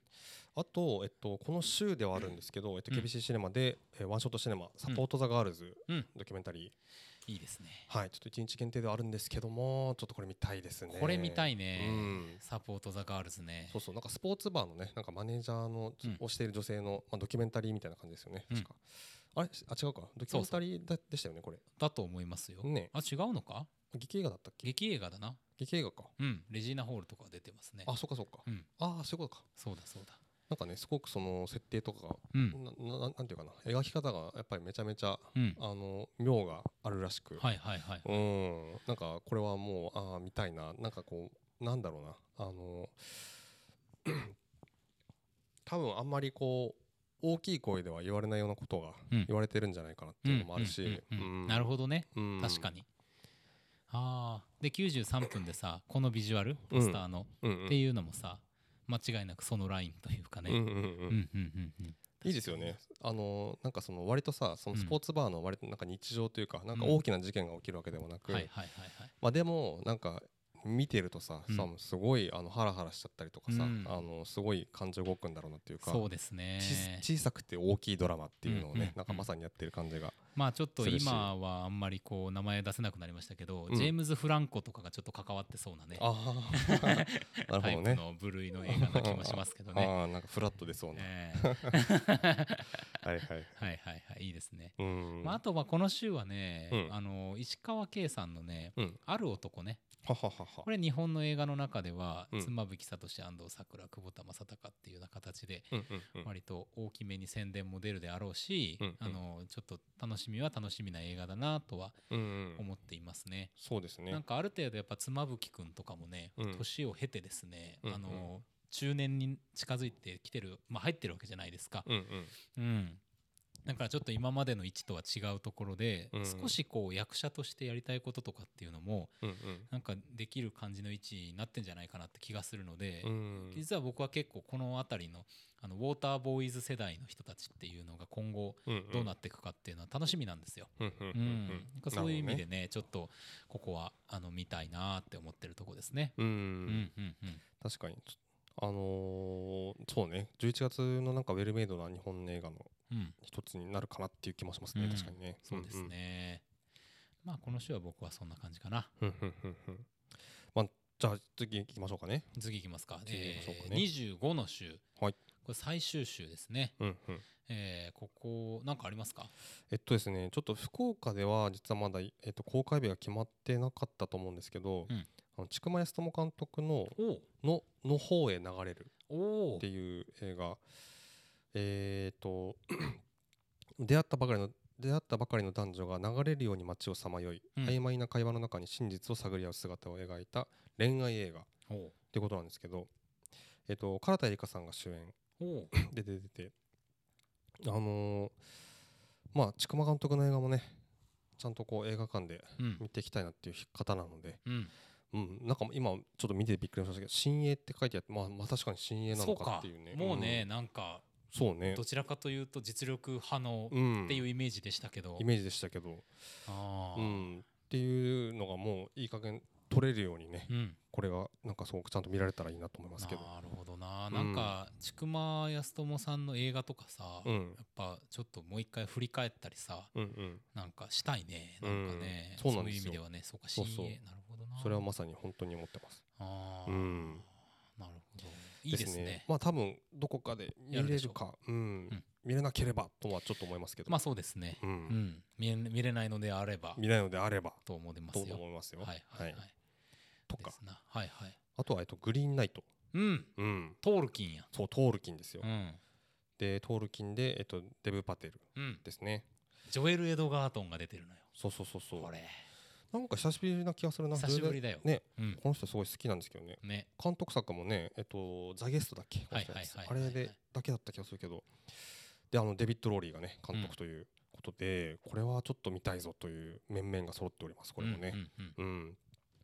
Speaker 2: あと、えっと、この週ではあるんですけど、えっと、
Speaker 1: うん
Speaker 2: KBC シネマで、えーワンショットシネマサポート・ザ・ガールズ、
Speaker 1: うん
Speaker 2: ドキュメンタリ
Speaker 1: いいですね
Speaker 2: ーはいちょっと1日限定ではあるんですけどもちょっとこれ見たいですね
Speaker 1: これ見た
Speaker 2: い
Speaker 1: いね、
Speaker 2: うん
Speaker 1: サポートザガールズね
Speaker 2: そうそうなんかスポーツバーのねなんかマネージャーの、
Speaker 1: うん
Speaker 2: をしている女性の、まあ、ドキュメンタリーみたいな感じですよね、
Speaker 1: うん
Speaker 2: 確かあれしあ違うかドキュメンタリーだでしたよねこれ
Speaker 1: だと思いますよ、
Speaker 2: ね
Speaker 1: あ違うのか
Speaker 2: 劇映画だったっけ
Speaker 1: 劇映画だな
Speaker 2: 劇映画か
Speaker 1: うんレジーナホールとか出てますね
Speaker 2: あそうかそうか、
Speaker 1: うん
Speaker 2: ああそういうことか
Speaker 1: そうだそうだ
Speaker 2: なんかねすごくその設定とかが、
Speaker 1: うん
Speaker 2: なななんていうかな描き方がやっぱりめちゃめちゃ
Speaker 1: うん
Speaker 2: あの妙があるらしく、
Speaker 1: はいはいはい
Speaker 2: うんなんかこれはもうああ見たいななんかこうなんだろうなあの多分あんまりこう大きい声では言われないようなことが
Speaker 1: うん
Speaker 2: 言われてるんじゃないかなっていうのもあるし
Speaker 1: うんうんうんうんなるほどね
Speaker 2: ど、うん
Speaker 1: 確かに、ああで93分でさこのビジュアルポスターの、
Speaker 2: うんうん
Speaker 1: っていうのもさ間違いなくそのラインというか
Speaker 2: うん
Speaker 1: ね、
Speaker 2: うんうん
Speaker 1: うん、うんうんうん
Speaker 2: いいですよねあのなんかその割とさその
Speaker 1: うん
Speaker 2: スポーツバーの割となんか日常というかなんか
Speaker 1: うん
Speaker 2: 大きな事件が起きるわけでもなく、
Speaker 1: はいはいはいはい
Speaker 2: まあでもなんか見てるとさ、
Speaker 1: うん
Speaker 2: さすごいあのハラハラしちゃったりとかさ、
Speaker 1: うん
Speaker 2: あのすごい感情動くんだろうなっていうか
Speaker 1: そうですね
Speaker 2: ち小さくて大きいドラマっていうのをね、
Speaker 1: うんうんうん
Speaker 2: なんかまさにやってる感じが、
Speaker 1: まあちょっと
Speaker 2: するし
Speaker 1: 今はあんまりこう名前出せなくなりましたけど、
Speaker 2: うん
Speaker 1: ジェームズ・フランコとかがちょっと関わってそうなね
Speaker 2: あ あなるほ
Speaker 1: タイ
Speaker 2: ど
Speaker 1: プ
Speaker 2: ね
Speaker 1: の部類の映画な気もしますけどね。
Speaker 2: ああなんかフラット出そうな、
Speaker 1: ええ
Speaker 2: はいは
Speaker 1: はい
Speaker 2: い
Speaker 1: はいはいいいですね。
Speaker 2: うん、
Speaker 1: まあ、あとはこの週はね、
Speaker 2: うん
Speaker 1: あの石川圭さんのね、
Speaker 2: うん
Speaker 1: ある男ね
Speaker 2: はははは
Speaker 1: これ日本の映画の中では、
Speaker 2: うん
Speaker 1: 妻夫木聡安藤サクラ久保田正孝っていうような形で
Speaker 2: うんうんうん
Speaker 1: 割と大きめに宣伝も出るであろうし、
Speaker 2: うんうん
Speaker 1: あのちょっと楽しみは楽しみな映画だなとは
Speaker 2: うんうん
Speaker 1: 思っていますね。
Speaker 2: そうです
Speaker 1: なん
Speaker 2: ね
Speaker 1: かある程度やっぱ妻夫木君とかもね、
Speaker 2: うん
Speaker 1: 年を経てですね、
Speaker 2: うんうん
Speaker 1: あの中年に近づいてきてる、まあ、入ってるわけじゃないですか、
Speaker 2: うんう
Speaker 1: う
Speaker 2: ん
Speaker 1: ん、だからちょっと今までの位置とは違うところで、
Speaker 2: うん
Speaker 1: 少しこう役者としてやりたいこととかっていうのも
Speaker 2: うんうん
Speaker 1: なんかできる感じの位置になってんじゃないかなって気がするので、
Speaker 2: うん
Speaker 1: 実は僕は結構この辺りのあのウォーターボーイズ世代の人たちっていうのが今後どうなっていくかっていうのは楽しみなんですよ。
Speaker 2: うんうんう
Speaker 1: うん
Speaker 2: うん
Speaker 1: ん、なんかそういう意味
Speaker 2: なる
Speaker 1: でねちょっとここはあの見たいなーって思ってるとこですね。
Speaker 2: ほどねうん
Speaker 1: う
Speaker 2: うん
Speaker 1: んうんうん
Speaker 2: 確かにあのーそうね11月のなんかウェルメイドな日本の映画の
Speaker 1: うん、
Speaker 2: 一つになるかなっていう気もしますね、
Speaker 1: うん
Speaker 2: 確かにね
Speaker 1: そうですね。まあこの週は僕はそんな感じかな。
Speaker 2: うんうんうんうんうんまあじゃあ次行きましょうかね
Speaker 1: 次いきますか。
Speaker 2: 次行きましょうかね
Speaker 1: えー25の週、
Speaker 2: はい
Speaker 1: これ最終週ですね。
Speaker 2: うんうん
Speaker 1: えーここなんかありますか？
Speaker 2: えっとですねちょっと福岡では実はまだ、えっと、公開日が決まってなかったと思うんですけど、
Speaker 1: うん
Speaker 2: あの千曲康友監督の
Speaker 1: お
Speaker 2: の「の方へ流れる」
Speaker 1: お
Speaker 2: っていう映画えっと 出会ったばかりの出会ったばかりの男女が流れるように街をさまよい、
Speaker 1: うん
Speaker 2: 曖昧な会話の中に真実を探り合う姿を描いた恋愛映画っ
Speaker 1: おお
Speaker 2: てことなんですけど、えっと唐田絵梨香さんが主演
Speaker 1: お
Speaker 2: で出ててあのーまあ千曲監督の映画もねちゃんとこう映画館で
Speaker 1: うん
Speaker 2: 見ていきたいなっていう方なので、
Speaker 1: うん
Speaker 2: うん、なんか今ちょっと見てびっくりしましたけど「新鋭」って書いてあって、まあ、まあ確かに新鋭な
Speaker 1: そ
Speaker 2: の
Speaker 1: う
Speaker 2: か
Speaker 1: か
Speaker 2: っていうね
Speaker 1: もうね、
Speaker 2: ん
Speaker 1: なんか
Speaker 2: そうね
Speaker 1: どちらかというと実力派の
Speaker 2: うん
Speaker 1: っていうイメージでしたけど、
Speaker 2: イメージでしたけど、
Speaker 1: あ
Speaker 2: う
Speaker 1: ー
Speaker 2: ん、っていうのがもういい加減取れるようにね
Speaker 1: うん、
Speaker 2: これがなんかすごくちゃんと見られたらいいなと思いますけど。
Speaker 1: なるほどな、
Speaker 2: ん
Speaker 1: なんか千曲康友さんの映画とかさ、
Speaker 2: う
Speaker 1: や
Speaker 2: ん
Speaker 1: っぱちょっともう一回振り返ったりさ
Speaker 2: うんうん、
Speaker 1: なんかしたいねなんかね、
Speaker 2: うんそうなん
Speaker 1: い
Speaker 2: で
Speaker 1: う
Speaker 2: す
Speaker 1: 意味
Speaker 2: よ
Speaker 1: ではねそうか
Speaker 2: そ
Speaker 1: 新鋭
Speaker 2: うそう
Speaker 1: なるほどな
Speaker 2: それはまさに本当に思ってます。
Speaker 1: あー、
Speaker 2: うん
Speaker 1: なるほどいいですね
Speaker 2: まあ多分どこかで見
Speaker 1: やるで
Speaker 2: れ
Speaker 1: し
Speaker 2: る
Speaker 1: ょう
Speaker 2: か、うん
Speaker 1: ん
Speaker 2: 見れなければとはちょっと思いますけど、
Speaker 1: まあそうですね
Speaker 2: う
Speaker 1: うん、
Speaker 2: ん
Speaker 1: 見れ見れないのであれば
Speaker 2: 見ないのであれば
Speaker 1: と思います
Speaker 2: と
Speaker 1: よ
Speaker 2: 思いますよ。
Speaker 1: はいはいはい、
Speaker 2: はいとか
Speaker 1: ですなはいはい
Speaker 2: あとは、えっと、グリーンナイト、
Speaker 1: うん
Speaker 2: うん、
Speaker 1: トールキンや
Speaker 2: そうトールキンですよ。
Speaker 1: うん
Speaker 2: でトールキンで、えっと、デブ・パテル
Speaker 1: うん
Speaker 2: ですね。
Speaker 1: ジョエル・エドガートンが出てるのよ
Speaker 2: そうそうそうそう
Speaker 1: これ
Speaker 2: なんか久しぶりな気がするな
Speaker 1: 久しぶりだよ
Speaker 2: それでね
Speaker 1: うん
Speaker 2: この人すごい好きなんですけどね
Speaker 1: ね
Speaker 2: 監督作もね、えっと、ザ・ゲストだっけ、
Speaker 1: はいはいはい
Speaker 2: あれでだけだった気がするけどであのデビッド・ローリーがね
Speaker 1: う
Speaker 2: 監
Speaker 1: ん
Speaker 2: 督ということで、これはちょっと見たいぞという面々が揃っておりますこれもね。
Speaker 1: うんうんうん
Speaker 2: うん、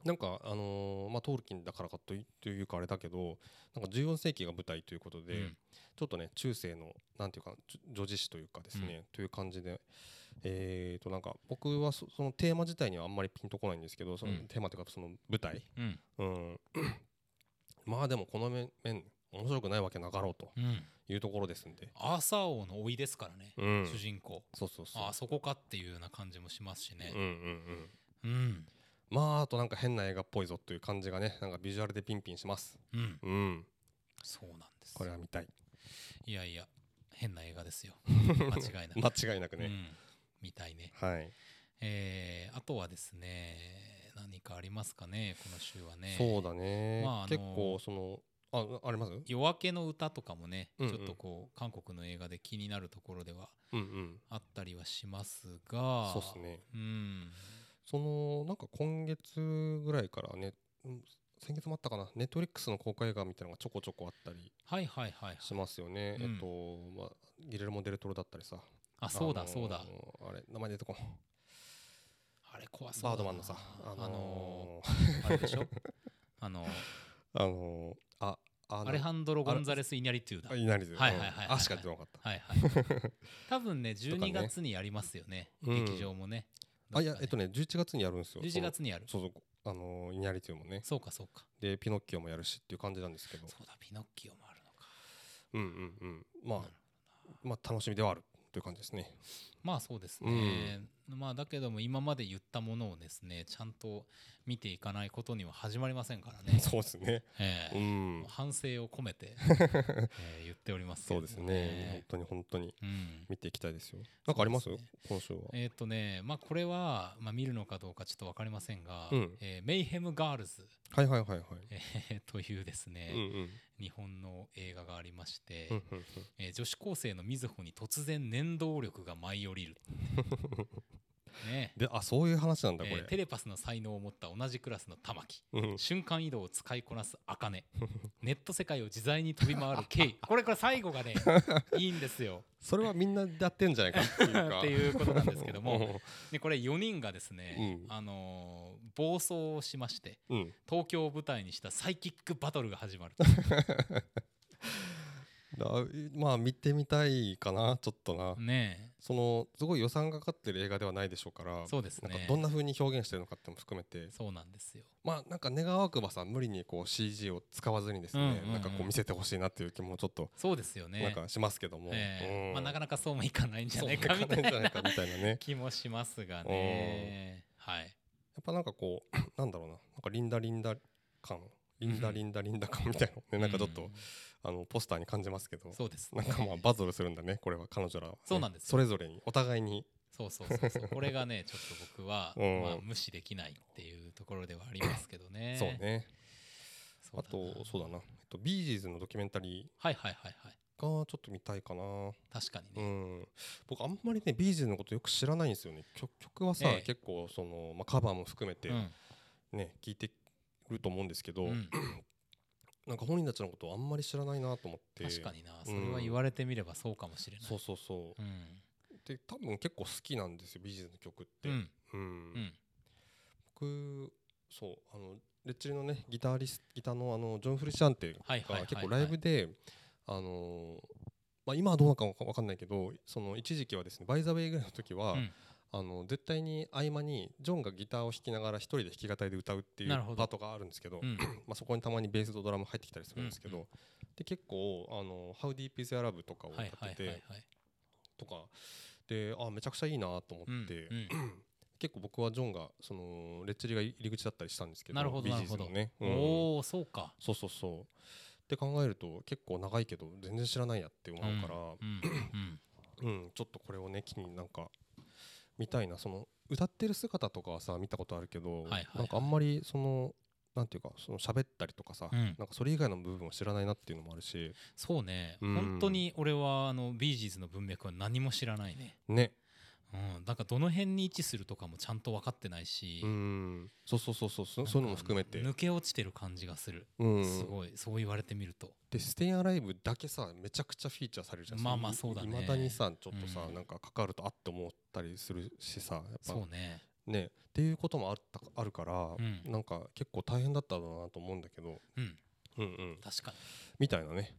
Speaker 2: なんかあのーまあトールキンだからかといというかあれだけどなんか14世紀が舞台ということで、
Speaker 1: うん
Speaker 2: ちょっとね中世のなんていうかじょ女子史というかですね、という感じでえー、となんか僕はそそのテーマ自体にはあんまりピンとこないんですけどその
Speaker 1: うん
Speaker 2: テーマというかその舞台、
Speaker 1: うん
Speaker 2: うん、まあでもこの面面面白くないわけなかろうと
Speaker 1: うん
Speaker 2: いうところですんで、
Speaker 1: アーサー王の甥ですからね、
Speaker 2: うん、
Speaker 1: 主人公
Speaker 2: そうそうそう
Speaker 1: ああそこかっていうような感じもしますしね
Speaker 2: うんうんうん
Speaker 1: うん
Speaker 2: まああとなんか変な映画っぽいぞという感じがねなんかビジュアルでピンピンします
Speaker 1: うん、
Speaker 2: うん
Speaker 1: そうなんです
Speaker 2: これは見たい
Speaker 1: いやいや変な映画 ですよ間違いなく
Speaker 2: 間違いなく
Speaker 1: う
Speaker 2: ね、
Speaker 1: ん、みたいね
Speaker 2: はい、
Speaker 1: えーあとはですね何かありますかねこの週はね
Speaker 2: そうだね、
Speaker 1: まああのー
Speaker 2: 結構そのあありますうん
Speaker 1: 夜明けの歌とかもね、
Speaker 2: うんうん
Speaker 1: ちょっとこう韓国の映画で気になるところでは
Speaker 2: うん
Speaker 1: あったりはしますが
Speaker 2: そうっすね
Speaker 1: うん
Speaker 2: そのなんか今月ぐらいからねうん先月もあったかなネットフリックスの公開映画みたいなのがちょこちょこあったり
Speaker 1: はいはいはいはい
Speaker 2: しますよね、
Speaker 1: うん
Speaker 2: えっとまあ、ギレルモ・デルトロだったりさ
Speaker 1: あそうだ
Speaker 2: あのー
Speaker 1: そうだ、
Speaker 2: あれ名前出てこん
Speaker 1: あれ怖そうだな
Speaker 2: バードマンのさ
Speaker 1: あ
Speaker 2: あ
Speaker 1: のーあ
Speaker 2: の
Speaker 1: れでしょあのー
Speaker 2: ー、あのー、ああ
Speaker 1: アレハンドロ・ゴンザレス・イニャリトゥだ
Speaker 2: あいなりで、
Speaker 1: はいはいはいはい
Speaker 2: うんあしか出てなかった、
Speaker 1: はいはい 多分ね
Speaker 2: とか
Speaker 1: 12
Speaker 2: ね
Speaker 1: 月にやりますよね
Speaker 2: うん
Speaker 1: 劇場もね
Speaker 2: あいやえっと
Speaker 1: ね
Speaker 2: ね11月にやるんですよ
Speaker 1: 11月にやる
Speaker 2: そのそうそうあのーイニャリティもね
Speaker 1: そうかそうか
Speaker 2: でピノッキオもやるしっていう感じなんですけど
Speaker 1: そうだピノッキオもあるのか
Speaker 2: うんうんうんまあ
Speaker 1: なる
Speaker 2: まあ楽しみではあるという感じですね
Speaker 1: まあそうですね、まあだけども今まで言ったものをですねちゃんと見ていかないことには始まりませんからね
Speaker 2: そうです ね
Speaker 1: え
Speaker 2: う
Speaker 1: え
Speaker 2: ん
Speaker 1: 反省を込め て、ええ言っておりますけ
Speaker 2: そ
Speaker 1: れ
Speaker 2: う
Speaker 1: ど
Speaker 2: で
Speaker 1: も
Speaker 2: すね本当に本当に
Speaker 1: うん
Speaker 2: 見ていきたいですよなんかあります
Speaker 1: そうです
Speaker 2: 今週は
Speaker 1: えっ、とねまあこれは、まあ、見るのかどうかちょっと分かりませんが「
Speaker 2: うん
Speaker 1: えーメイヘムガールズ
Speaker 2: はいはいはいはい」
Speaker 1: ええというですね、
Speaker 2: うんうん
Speaker 1: 日本の映画がありまして、
Speaker 2: うんうんうん
Speaker 1: えー女子高生のみずほに突然念動力が舞い降 りる。ね
Speaker 2: であそういう話なんだこ
Speaker 1: えーテ
Speaker 2: れ
Speaker 1: レパスの才能を持った同じクラスの玉 木
Speaker 2: うん
Speaker 1: 瞬間移動を使いこなす茜 ネット世界を自在に飛び回るケイこれこれ最後が ねいいんですよ
Speaker 2: それはみんなやってんじゃないかっていうか
Speaker 1: っていうことなんですけども
Speaker 2: うん
Speaker 1: でこれ4人がですね、
Speaker 2: うん
Speaker 1: あのー暴走をしまして
Speaker 2: うん
Speaker 1: 東京を舞台にしたサイキックバトルが始まる
Speaker 2: だまあ見てみたいかなちょっとな
Speaker 1: ね
Speaker 2: そのすごい予算がかかってる映画ではないでしょうから
Speaker 1: えそうです
Speaker 2: なんか
Speaker 1: ね
Speaker 2: どんな風に表現してるのかっていうのも含めて
Speaker 1: そうなんですよ
Speaker 2: まあなんか願わくばさ無理にこう CG を使わずにですね
Speaker 1: うんうんうん
Speaker 2: なんかこう見せてほしいなっていう気もちょっと
Speaker 1: そうですよね
Speaker 2: なんかしますけども
Speaker 1: ええ
Speaker 2: うん
Speaker 1: まあ、なかなかそうもいかないんじゃないか
Speaker 2: そう
Speaker 1: みたい
Speaker 2: んじゃな
Speaker 1: ない
Speaker 2: かみたいなねやっ
Speaker 1: 気もしますがね。はい、
Speaker 2: ぱなんかこうなんだろうななんかリンダリンダ感リンダリンダリンダ感みたいなのねなんかちょっ
Speaker 1: う
Speaker 2: とあのポスターに感じますけど
Speaker 1: そうです、
Speaker 2: なんかまあバトルするんだ ねこれは彼女らはね
Speaker 1: そうなんですよ
Speaker 2: それぞれにお互いに
Speaker 1: そうそうそう そうこれがねちょっと僕は、
Speaker 2: うん
Speaker 1: まあ、無視できないっていうところではありますけどね。
Speaker 2: そうね
Speaker 1: そう
Speaker 2: あ
Speaker 1: だな
Speaker 2: とそうだな、えっと、ビージーズのドキュメンタリ
Speaker 1: はいはいはいはい
Speaker 2: ーがちょっと見たいかな
Speaker 1: 確かに
Speaker 2: う
Speaker 1: ね。
Speaker 2: ん僕あんまりねビージーズのことよく知らないんですよね曲曲はさ、
Speaker 1: ええ
Speaker 2: 結構その、まあ、カバーも含めて
Speaker 1: うん
Speaker 2: ね、聞いてると思うんですけど、
Speaker 1: うん
Speaker 2: なんか本人たちのことをあんまり知らないなと思って
Speaker 1: 確かになそれは言われてみればそうかもしれない。
Speaker 2: そうそうそう
Speaker 1: う、ん
Speaker 2: で多分結構好きなんですよビージーズの曲って、
Speaker 1: うん
Speaker 2: う
Speaker 1: う
Speaker 2: ん
Speaker 1: ん
Speaker 2: 僕そうあのレッチリのねギタリスギターのあのジョン・フルシャンテが
Speaker 1: はいはいはいはい
Speaker 2: 結構ライブであのまあ今はどうなのかわかんないけどその一時期はですねバイザウェイぐらいの時は、
Speaker 1: うん
Speaker 2: あの絶対に合間にジョンがギターを弾きながら一人で弾き語りで歌うっていう
Speaker 1: なるほど
Speaker 2: パートがあるんですけど
Speaker 1: うん
Speaker 2: まあそこにたまにベースとドラム入ってきたりするんですけど、
Speaker 1: うんう
Speaker 2: で結構あの「How Deep Is Your Love」とかを歌
Speaker 1: は
Speaker 2: っ
Speaker 1: いはい
Speaker 2: て
Speaker 1: はいはい
Speaker 2: て。とかであめちゃくちゃいいなと思って、
Speaker 1: うんうん
Speaker 2: 結構僕はジョンがそのレッチリが入り口だったりしたんですけど
Speaker 1: なるほど
Speaker 2: ビージーズのね、うん
Speaker 1: おおそうか。
Speaker 2: そうそうそうって考えると結構長いけど全然知らないやって思うから、
Speaker 1: うんうん
Speaker 2: うんちょっとこれをね気になんか見たいなその歌ってる姿とかはさ見たことあるけど、
Speaker 1: はいはいはい
Speaker 2: なんかあんまりそのなんていうかその喋ったりとかさ、
Speaker 1: うん
Speaker 2: なんかそれ以外の部分を知らないなっていうのもあるし
Speaker 1: そうね、
Speaker 2: うん
Speaker 1: 本当に俺はあのビージーズの文脈は何も知らないね。
Speaker 2: ね
Speaker 1: うん、だからどの辺に位置するとかもちゃんと分かってないし、
Speaker 2: うんそうそうそうそうそそういうのも含めて、
Speaker 1: 抜け落ちてる感じがする、
Speaker 2: うん、
Speaker 1: すごいそう言われてみると
Speaker 2: で「ステイアライブだけさめちゃくちゃフィーチャーされるじゃん
Speaker 1: まあまあそうだね
Speaker 2: いまだにさちょっとさ、
Speaker 1: うん
Speaker 2: なんかかかるとあって思ったりするしさやっぱ
Speaker 1: そうね
Speaker 2: ねっていうこともあったあるから、
Speaker 1: うん
Speaker 2: なんか結構大変だっただなと思うんだけど、
Speaker 1: うん
Speaker 2: うんうん、
Speaker 1: 確かに
Speaker 2: みたいなね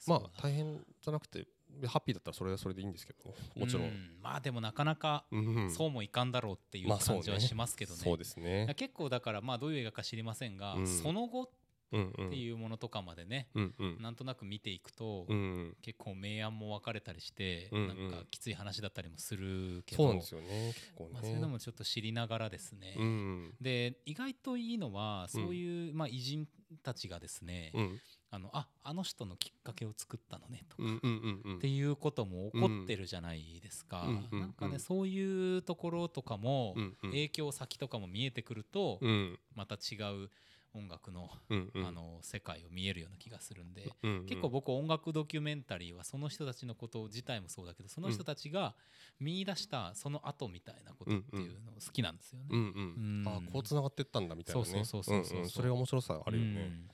Speaker 1: そ
Speaker 2: ま
Speaker 1: うだ
Speaker 2: あ大変じゃなくてハッピーだったらそれはそれでいいんですけどもちろ、
Speaker 1: うんんまあでもなかなか
Speaker 2: うんうん
Speaker 1: そうもいかんだろうっていう
Speaker 2: まあそ
Speaker 1: 感
Speaker 2: うね
Speaker 1: じはしますけどね,、
Speaker 2: そうですね
Speaker 1: 結構だからまあどういう映画か知りませんが、
Speaker 2: うん
Speaker 1: その後っ
Speaker 2: うんうん
Speaker 1: ていうものとかまでね、
Speaker 2: うんうん
Speaker 1: なんとなく見ていくと、
Speaker 2: うんうん
Speaker 1: 結構明暗も分かれたりして、
Speaker 2: うんうん
Speaker 1: なんかきつい話だったりもするけど
Speaker 2: そうなんですよね結構ね、
Speaker 1: まあ、そういうのもちょっと知りながらですね、
Speaker 2: うん
Speaker 1: で意外といいのはそういう、まあ、偉人たちがですね、
Speaker 2: うん
Speaker 1: あのああの人のきっかけを作ったのねとか、
Speaker 2: うんうんうんうん
Speaker 1: っていうことも起こってるじゃないですか、
Speaker 2: うんうん
Speaker 1: なんかね、
Speaker 2: うん
Speaker 1: そういうところとかも、
Speaker 2: うんうん
Speaker 1: 影響先とかも見えてくると、
Speaker 2: うん
Speaker 1: また違う音楽の,、
Speaker 2: うんうん
Speaker 1: あの世界を見えるような気がするんで、
Speaker 2: うんうん
Speaker 1: 結構僕音楽ドキュメンタリーはその人たちのこと自体もそうだけどその人たちが見出したその後みたいなことっていうの好きなんですよね。
Speaker 2: うんうん、
Speaker 1: うん
Speaker 2: あこうつながってったんだみたいなね
Speaker 1: そうそうそうそうそうん
Speaker 2: んそれが面白さあるよね、
Speaker 1: うん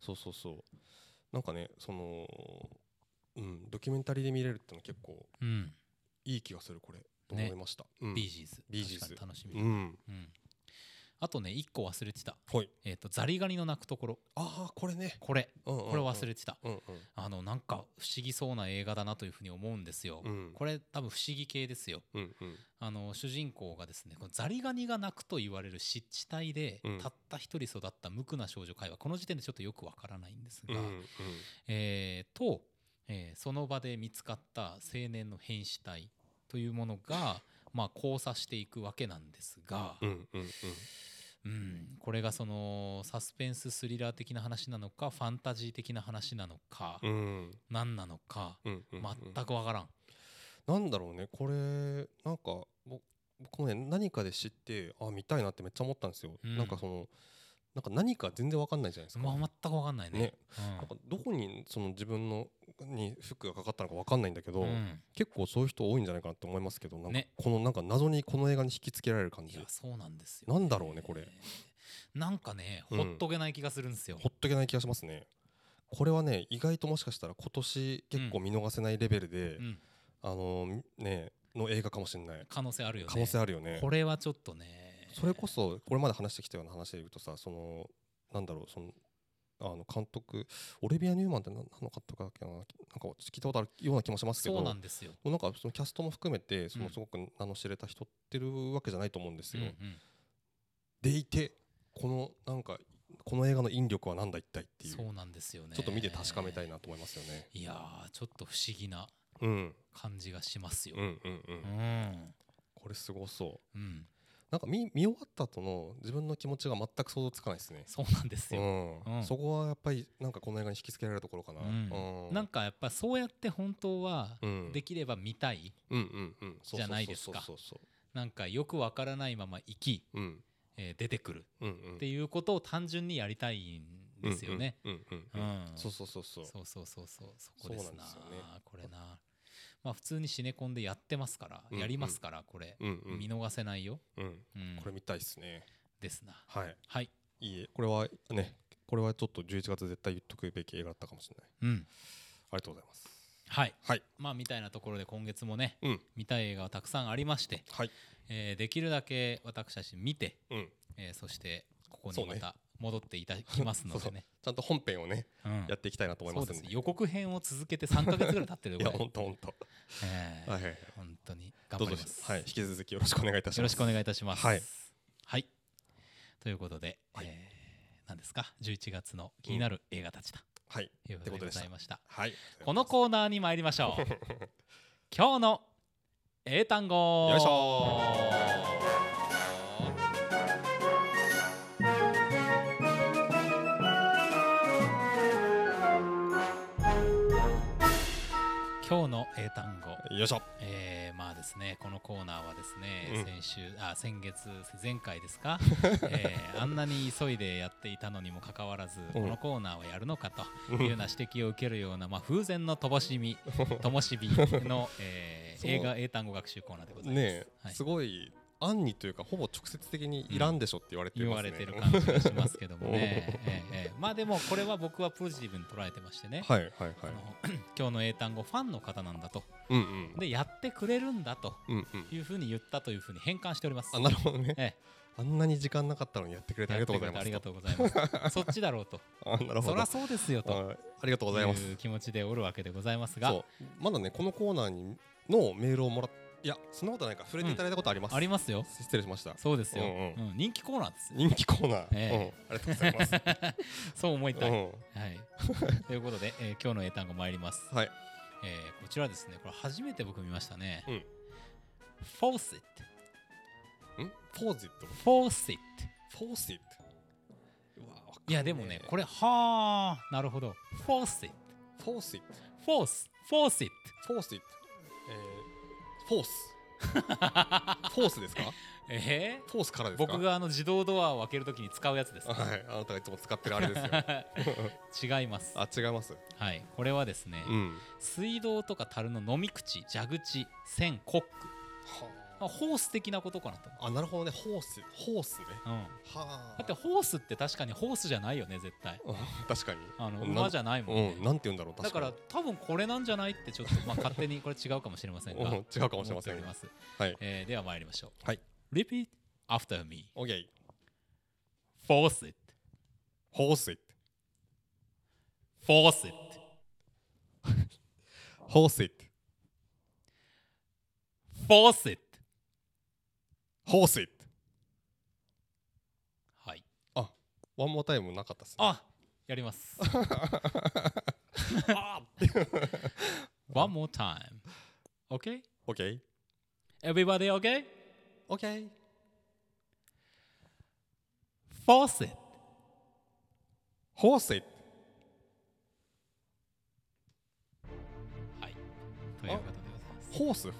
Speaker 2: そうそうそうなんかねそのうんドキュメンタリーで見れるってのは結構
Speaker 1: うん、
Speaker 2: いい気がするこれと思
Speaker 1: ね
Speaker 2: いました、うん、
Speaker 1: ビージーズ
Speaker 2: ビージーズ
Speaker 1: 確かに楽しみ、
Speaker 2: う
Speaker 1: うん
Speaker 2: ん
Speaker 1: あとね一個忘れてた、
Speaker 2: はい
Speaker 1: えー、とザリガニの鳴くところ
Speaker 2: ああこれね
Speaker 1: これ
Speaker 2: こ
Speaker 1: これ忘れてた、
Speaker 2: うん
Speaker 1: あのなんか不思議そうな映画だなというふうに思うんですよ、
Speaker 2: うんうん
Speaker 1: これ多分不思議系ですよ
Speaker 2: うんうん
Speaker 1: あの主人公がですねこのザリガニが鳴くと言われる湿地帯で、
Speaker 2: うん
Speaker 1: たった一人育った無垢な少女会はこの時点でちょっとよくわからないんです
Speaker 2: う
Speaker 1: が、
Speaker 2: んうん
Speaker 1: えーと、えーその場で見つかった青年の変死体というものが、まあ、交差していくわけなんですが、
Speaker 2: うんうん
Speaker 1: うん、これがそのサスペンススリラー的な話なのかファンタジー的な話なのか、
Speaker 2: うんうん
Speaker 1: 何なのか
Speaker 2: うんうん
Speaker 1: 全くわからん。
Speaker 2: なんだろうねこれなんかぼ僕もね何かで知ってあ見たいなってめっちゃ思ったんですよ、
Speaker 1: うん
Speaker 2: なんかそのなんか何か全然わかんないじゃないですか、
Speaker 1: まあ、全くわかんないね。
Speaker 2: ね
Speaker 1: うん
Speaker 2: なんかどこにその自分のにフックがかかったのかわかんないんだけど、
Speaker 1: うん
Speaker 2: 結構そういう人多いんじゃないかなと思いますけどなんか
Speaker 1: ね
Speaker 2: このなんか謎にこの映画に引きつけられる感
Speaker 1: い
Speaker 2: じ、
Speaker 1: やそうなんですよ。
Speaker 2: なんだろうねこれ
Speaker 1: なんかね
Speaker 2: うん
Speaker 1: ほっとけない気がするんですよ。
Speaker 2: ほっとけない気がしますねこれはね意外ともしかしたら今年結構見逃せないレベルで、
Speaker 1: うん
Speaker 2: あのーねの映画かもしれない
Speaker 1: 可能性あるよね。
Speaker 2: 可能性あるよね
Speaker 1: これはちょっとね。
Speaker 2: それこそこれまで話してきたような話で言うとさそのなんだろうそのあの監督オレビア・ニューマンって何の監督だっけななんか聞いたことあるような気もしますけど
Speaker 1: そうなんですよ。
Speaker 2: なんかそのキャストも含めてそうの
Speaker 1: ん
Speaker 2: すごく名の知れた人ってるわけじゃないと思うんです
Speaker 1: うん
Speaker 2: よ。
Speaker 1: うん
Speaker 2: でいてこのなんかこの映画の引力は何だ一体っていう
Speaker 1: そうなんですよね。
Speaker 2: ちょっと見て確かめたいなと思いますよね。
Speaker 1: いやーちょっと不思議な
Speaker 2: うん
Speaker 1: 感じがしますよ。
Speaker 2: うんうんうん、
Speaker 1: うん
Speaker 2: これすごそう
Speaker 1: うん、
Speaker 2: なんか見見終わった後の自分の気持ちが全く想像つかないですね。
Speaker 1: そうなんですよ。
Speaker 2: うん
Speaker 1: うん
Speaker 2: そこはやっぱりなんかこの映画に引きつけられるところかな。
Speaker 1: うんなん
Speaker 2: か、
Speaker 1: かやっぱそうやって本当は
Speaker 2: うん、
Speaker 1: できれば見たい、
Speaker 2: うんうんうんそうそうそうそう
Speaker 1: じゃないですか
Speaker 2: そうそう
Speaker 1: なんかよくわからないまま生き、
Speaker 2: そううん
Speaker 1: えー出てくる
Speaker 2: うんうん
Speaker 1: っていうことを単純にやりたいんですよね。
Speaker 2: うんうん
Speaker 1: う
Speaker 2: うんうん
Speaker 1: ん
Speaker 2: そうそうそうそう
Speaker 1: そうそうそうそうそこです
Speaker 2: そう
Speaker 1: な
Speaker 2: なんですよね
Speaker 1: これなまあ普通にシネコンでやってますから、
Speaker 2: うんうん
Speaker 1: やりますからこれ、
Speaker 2: うんうん
Speaker 1: 見逃せないよ、
Speaker 2: うん
Speaker 1: うん
Speaker 2: これ見たいですね。
Speaker 1: ですな
Speaker 2: はい。
Speaker 1: はい
Speaker 2: いいえ。これはね、これはちょっと11月絶対言っとくべき映画だったかもしれない。
Speaker 1: うん
Speaker 2: ありがとうございます。
Speaker 1: はい
Speaker 2: はい。
Speaker 1: まあみたいなところで今月もね
Speaker 2: うん。
Speaker 1: 見たい映画はたくさんありまして、
Speaker 2: はい。
Speaker 1: えーできるだけ私たち見て、
Speaker 2: うん。
Speaker 1: えーそしてここ
Speaker 2: そ
Speaker 1: に
Speaker 2: うね
Speaker 1: また戻っていただきますのでね
Speaker 2: ちゃんと本編をね、
Speaker 1: うん
Speaker 2: やっていきたいなと思いま
Speaker 1: そう
Speaker 2: す
Speaker 1: で
Speaker 2: ん
Speaker 1: す
Speaker 2: で。
Speaker 1: 予告編を続けて3か月ぐらい経ってる
Speaker 2: い
Speaker 1: ぐら
Speaker 2: や、
Speaker 1: い、
Speaker 2: ほんとほんと。
Speaker 1: えー
Speaker 2: はいはいはい。
Speaker 1: 本当に頑
Speaker 2: ど
Speaker 1: 張
Speaker 2: う
Speaker 1: り
Speaker 2: ぞ
Speaker 1: ま
Speaker 2: し
Speaker 1: す
Speaker 2: はい。引き続きよろしくお願いいたします。
Speaker 1: よろしくお願いいたします。
Speaker 2: はい。
Speaker 1: はいということで、
Speaker 2: はい
Speaker 1: えー何ですか11月の気になる映画たちだ
Speaker 2: はい。
Speaker 1: ということ
Speaker 2: って
Speaker 1: で
Speaker 2: こと
Speaker 1: ご
Speaker 2: でした
Speaker 1: ざいました
Speaker 2: はい。
Speaker 1: このコーナーに参りましょ う今日の英単語
Speaker 2: よいしょ
Speaker 1: 今日の英単語、
Speaker 2: よいしょ。
Speaker 1: えーまあですねこのコーナーはです
Speaker 2: う
Speaker 1: ね、
Speaker 2: ん
Speaker 1: 先週あ先月前回です か、えーあんなに急いでやっていたのにもかかわらず、
Speaker 2: うん
Speaker 1: このコーナーはやるのかと
Speaker 2: うん
Speaker 1: いうような指摘を受けるような、まあ、風前のとぼしみともしび の、えー
Speaker 2: そう
Speaker 1: 映画英単語学習コーナーでございます。
Speaker 2: ね
Speaker 1: は
Speaker 2: え、
Speaker 1: い
Speaker 2: すごい、暗にというか、ほぼ直接的にいらんでしょって言われて
Speaker 1: 言
Speaker 2: ま
Speaker 1: わ
Speaker 2: すね。
Speaker 1: れてる感じがしますけども
Speaker 2: おー
Speaker 1: ね、え えええまあでもこれは僕はポジティブに捉えてましてね、
Speaker 2: はいはいはい。
Speaker 1: あの 今日の英単語ファンの方なんだと
Speaker 2: うんうん。
Speaker 1: でやってくれるんだと
Speaker 2: うんうん。
Speaker 1: いうふうに言ったというふうに変換しております
Speaker 2: あ、。なるほどね。
Speaker 1: ええ
Speaker 2: あんなに時間なかったのにやってくれてありがとうございます。
Speaker 1: ありがとうございます。そっちだろうと。
Speaker 2: あなる
Speaker 1: そ
Speaker 2: ほど
Speaker 1: ら。そうですよと。
Speaker 2: はいありがとうございます。
Speaker 1: いう気持ちでおるわけでございます
Speaker 2: そ
Speaker 1: が
Speaker 2: う、まだね、このコーナーにのメールをもらっいや、そんなことないか、触れていただいたことあります。
Speaker 1: ありますよ。
Speaker 2: 失礼しました。
Speaker 1: そうですよ。
Speaker 2: う
Speaker 1: うん
Speaker 2: うん
Speaker 1: ん人気コーナーですよ。
Speaker 2: 人気コーナー、
Speaker 1: え
Speaker 2: うん、ありがとうござ います。
Speaker 1: そう思いたい。はい。
Speaker 2: う
Speaker 1: ということでえー今日の英単語参ります。
Speaker 2: ん、はい、
Speaker 1: えーこちらですね、これ初めて僕見ましたね。
Speaker 2: うん
Speaker 1: Faucet。
Speaker 2: ん、フォージット、
Speaker 1: Faucet。
Speaker 2: フォーシット。うわわかんねえ
Speaker 1: いやでもね、これ、はあ、なるほど。Faucet。
Speaker 2: フォーシット、
Speaker 1: Force。Faucet。
Speaker 2: フォーシット、えー、フォース、 フォースですか
Speaker 1: え
Speaker 2: フォースから
Speaker 1: ー
Speaker 2: ですか
Speaker 1: 僕があの自動ドアを開けるときに使うやつです、
Speaker 2: はいあなたがいつも使ってる あれですよ
Speaker 1: 違います
Speaker 2: あ違います
Speaker 1: はいこれはですね、
Speaker 2: うん
Speaker 1: 水道とか樽の飲み口蛇口栓コック、まあ、ホース的なことかなと
Speaker 2: あなるほどねホースホースね
Speaker 1: 思う、うん、
Speaker 2: はあ
Speaker 1: だってホースって確かにホースじゃないよね絶対
Speaker 2: うん確かに
Speaker 1: あの馬じ
Speaker 2: ゃ
Speaker 1: ゃないもんね、
Speaker 2: うんなんて言うんだろう
Speaker 1: だ
Speaker 2: 確
Speaker 1: か
Speaker 2: からに
Speaker 1: 多分これなんじゃないってちょっとまあ勝手にこれ違うかもしれませんが
Speaker 2: うん違うかもしれませんが
Speaker 1: 思っております、
Speaker 2: はい
Speaker 1: えーでは参りましょう
Speaker 2: はい
Speaker 1: Repeat after me
Speaker 2: オッケー
Speaker 1: Faucet
Speaker 2: ホース it
Speaker 1: Faucet
Speaker 2: ホース it
Speaker 1: Faucet
Speaker 2: ホース it
Speaker 1: はい
Speaker 2: ワンモアタイムなかったっすね
Speaker 1: あやります
Speaker 2: あ ー
Speaker 1: One more time OK?
Speaker 2: オッケー
Speaker 1: Everybody OK?
Speaker 2: オッケー
Speaker 1: Faucet
Speaker 2: ホース it
Speaker 1: はいということでございます
Speaker 2: ホースフ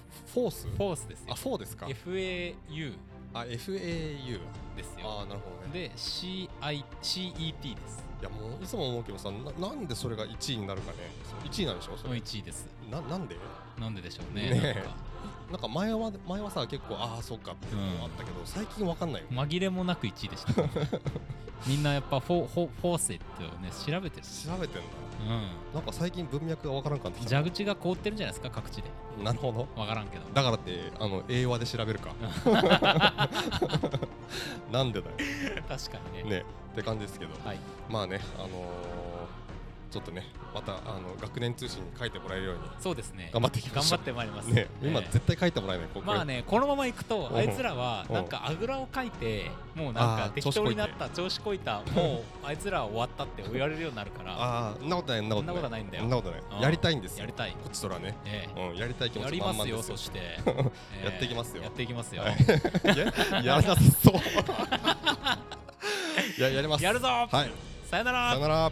Speaker 2: ォース
Speaker 1: フォースです
Speaker 2: あ
Speaker 1: よ
Speaker 2: フォーですか
Speaker 1: FAU
Speaker 2: あ FAU
Speaker 1: ですよ
Speaker 2: あーなるほどね
Speaker 1: で CI CET です
Speaker 2: いやもういつも思うけどさななんでそれが1位になるかね1位なんでしょそ
Speaker 1: の
Speaker 2: れ
Speaker 1: 1位です
Speaker 2: ななんで
Speaker 1: なんででしょうね
Speaker 2: ねえ
Speaker 1: なんか
Speaker 2: なんか前は前はさ結構ああそうかっていうのもあったけど、最近わかんないよ、
Speaker 1: 紛れもなく1位でした みんなやっぱフォフォフォーセットをね調べてるし、
Speaker 2: 調べてんだ
Speaker 1: う
Speaker 2: なんか最近文脈がわからんかって
Speaker 1: ん、
Speaker 2: きた
Speaker 1: 蛇口が凍ってるんじゃないですか各地で
Speaker 2: なるほど
Speaker 1: わからんけど
Speaker 2: だからってあの英和で調べるか なんでだよ
Speaker 1: 確かにね
Speaker 2: ねって感じですけど
Speaker 1: はい
Speaker 2: まあねあのーちょっとねまたあの学年通信に書いてもらえるように
Speaker 1: そうですね
Speaker 2: 頑張っていきま
Speaker 1: 頑
Speaker 2: し
Speaker 1: 張
Speaker 2: ょ
Speaker 1: ってまいります
Speaker 2: うね今
Speaker 1: ええ
Speaker 2: 絶対書いてもらえないここ
Speaker 1: まあねこのままいくと
Speaker 2: うん
Speaker 1: あいつらは
Speaker 2: うん
Speaker 1: なんかあぐらをかいてもうなん
Speaker 2: あ
Speaker 1: か
Speaker 2: ー
Speaker 1: 適当になった調子こいたもうあいつらは終わったって言われるようになるから
Speaker 2: ああんなことないんな
Speaker 1: そ
Speaker 2: こ
Speaker 1: ん
Speaker 2: と
Speaker 1: なこ
Speaker 2: ない
Speaker 1: とはないんだ
Speaker 2: そん
Speaker 1: よ
Speaker 2: なことない、
Speaker 1: うん
Speaker 2: やりたいんですよ
Speaker 1: やりたい
Speaker 2: こっちとらね、
Speaker 1: ええ
Speaker 2: うん、やりたい気持
Speaker 1: や
Speaker 2: ち
Speaker 1: り
Speaker 2: 満
Speaker 1: ます
Speaker 2: 々で
Speaker 1: よ
Speaker 2: すよ
Speaker 1: そしてええ
Speaker 2: やっていきますよ
Speaker 1: やっていきますよ
Speaker 2: はいややらなさそうややります
Speaker 1: やるぞ
Speaker 2: はい
Speaker 1: さよなら
Speaker 2: さよなら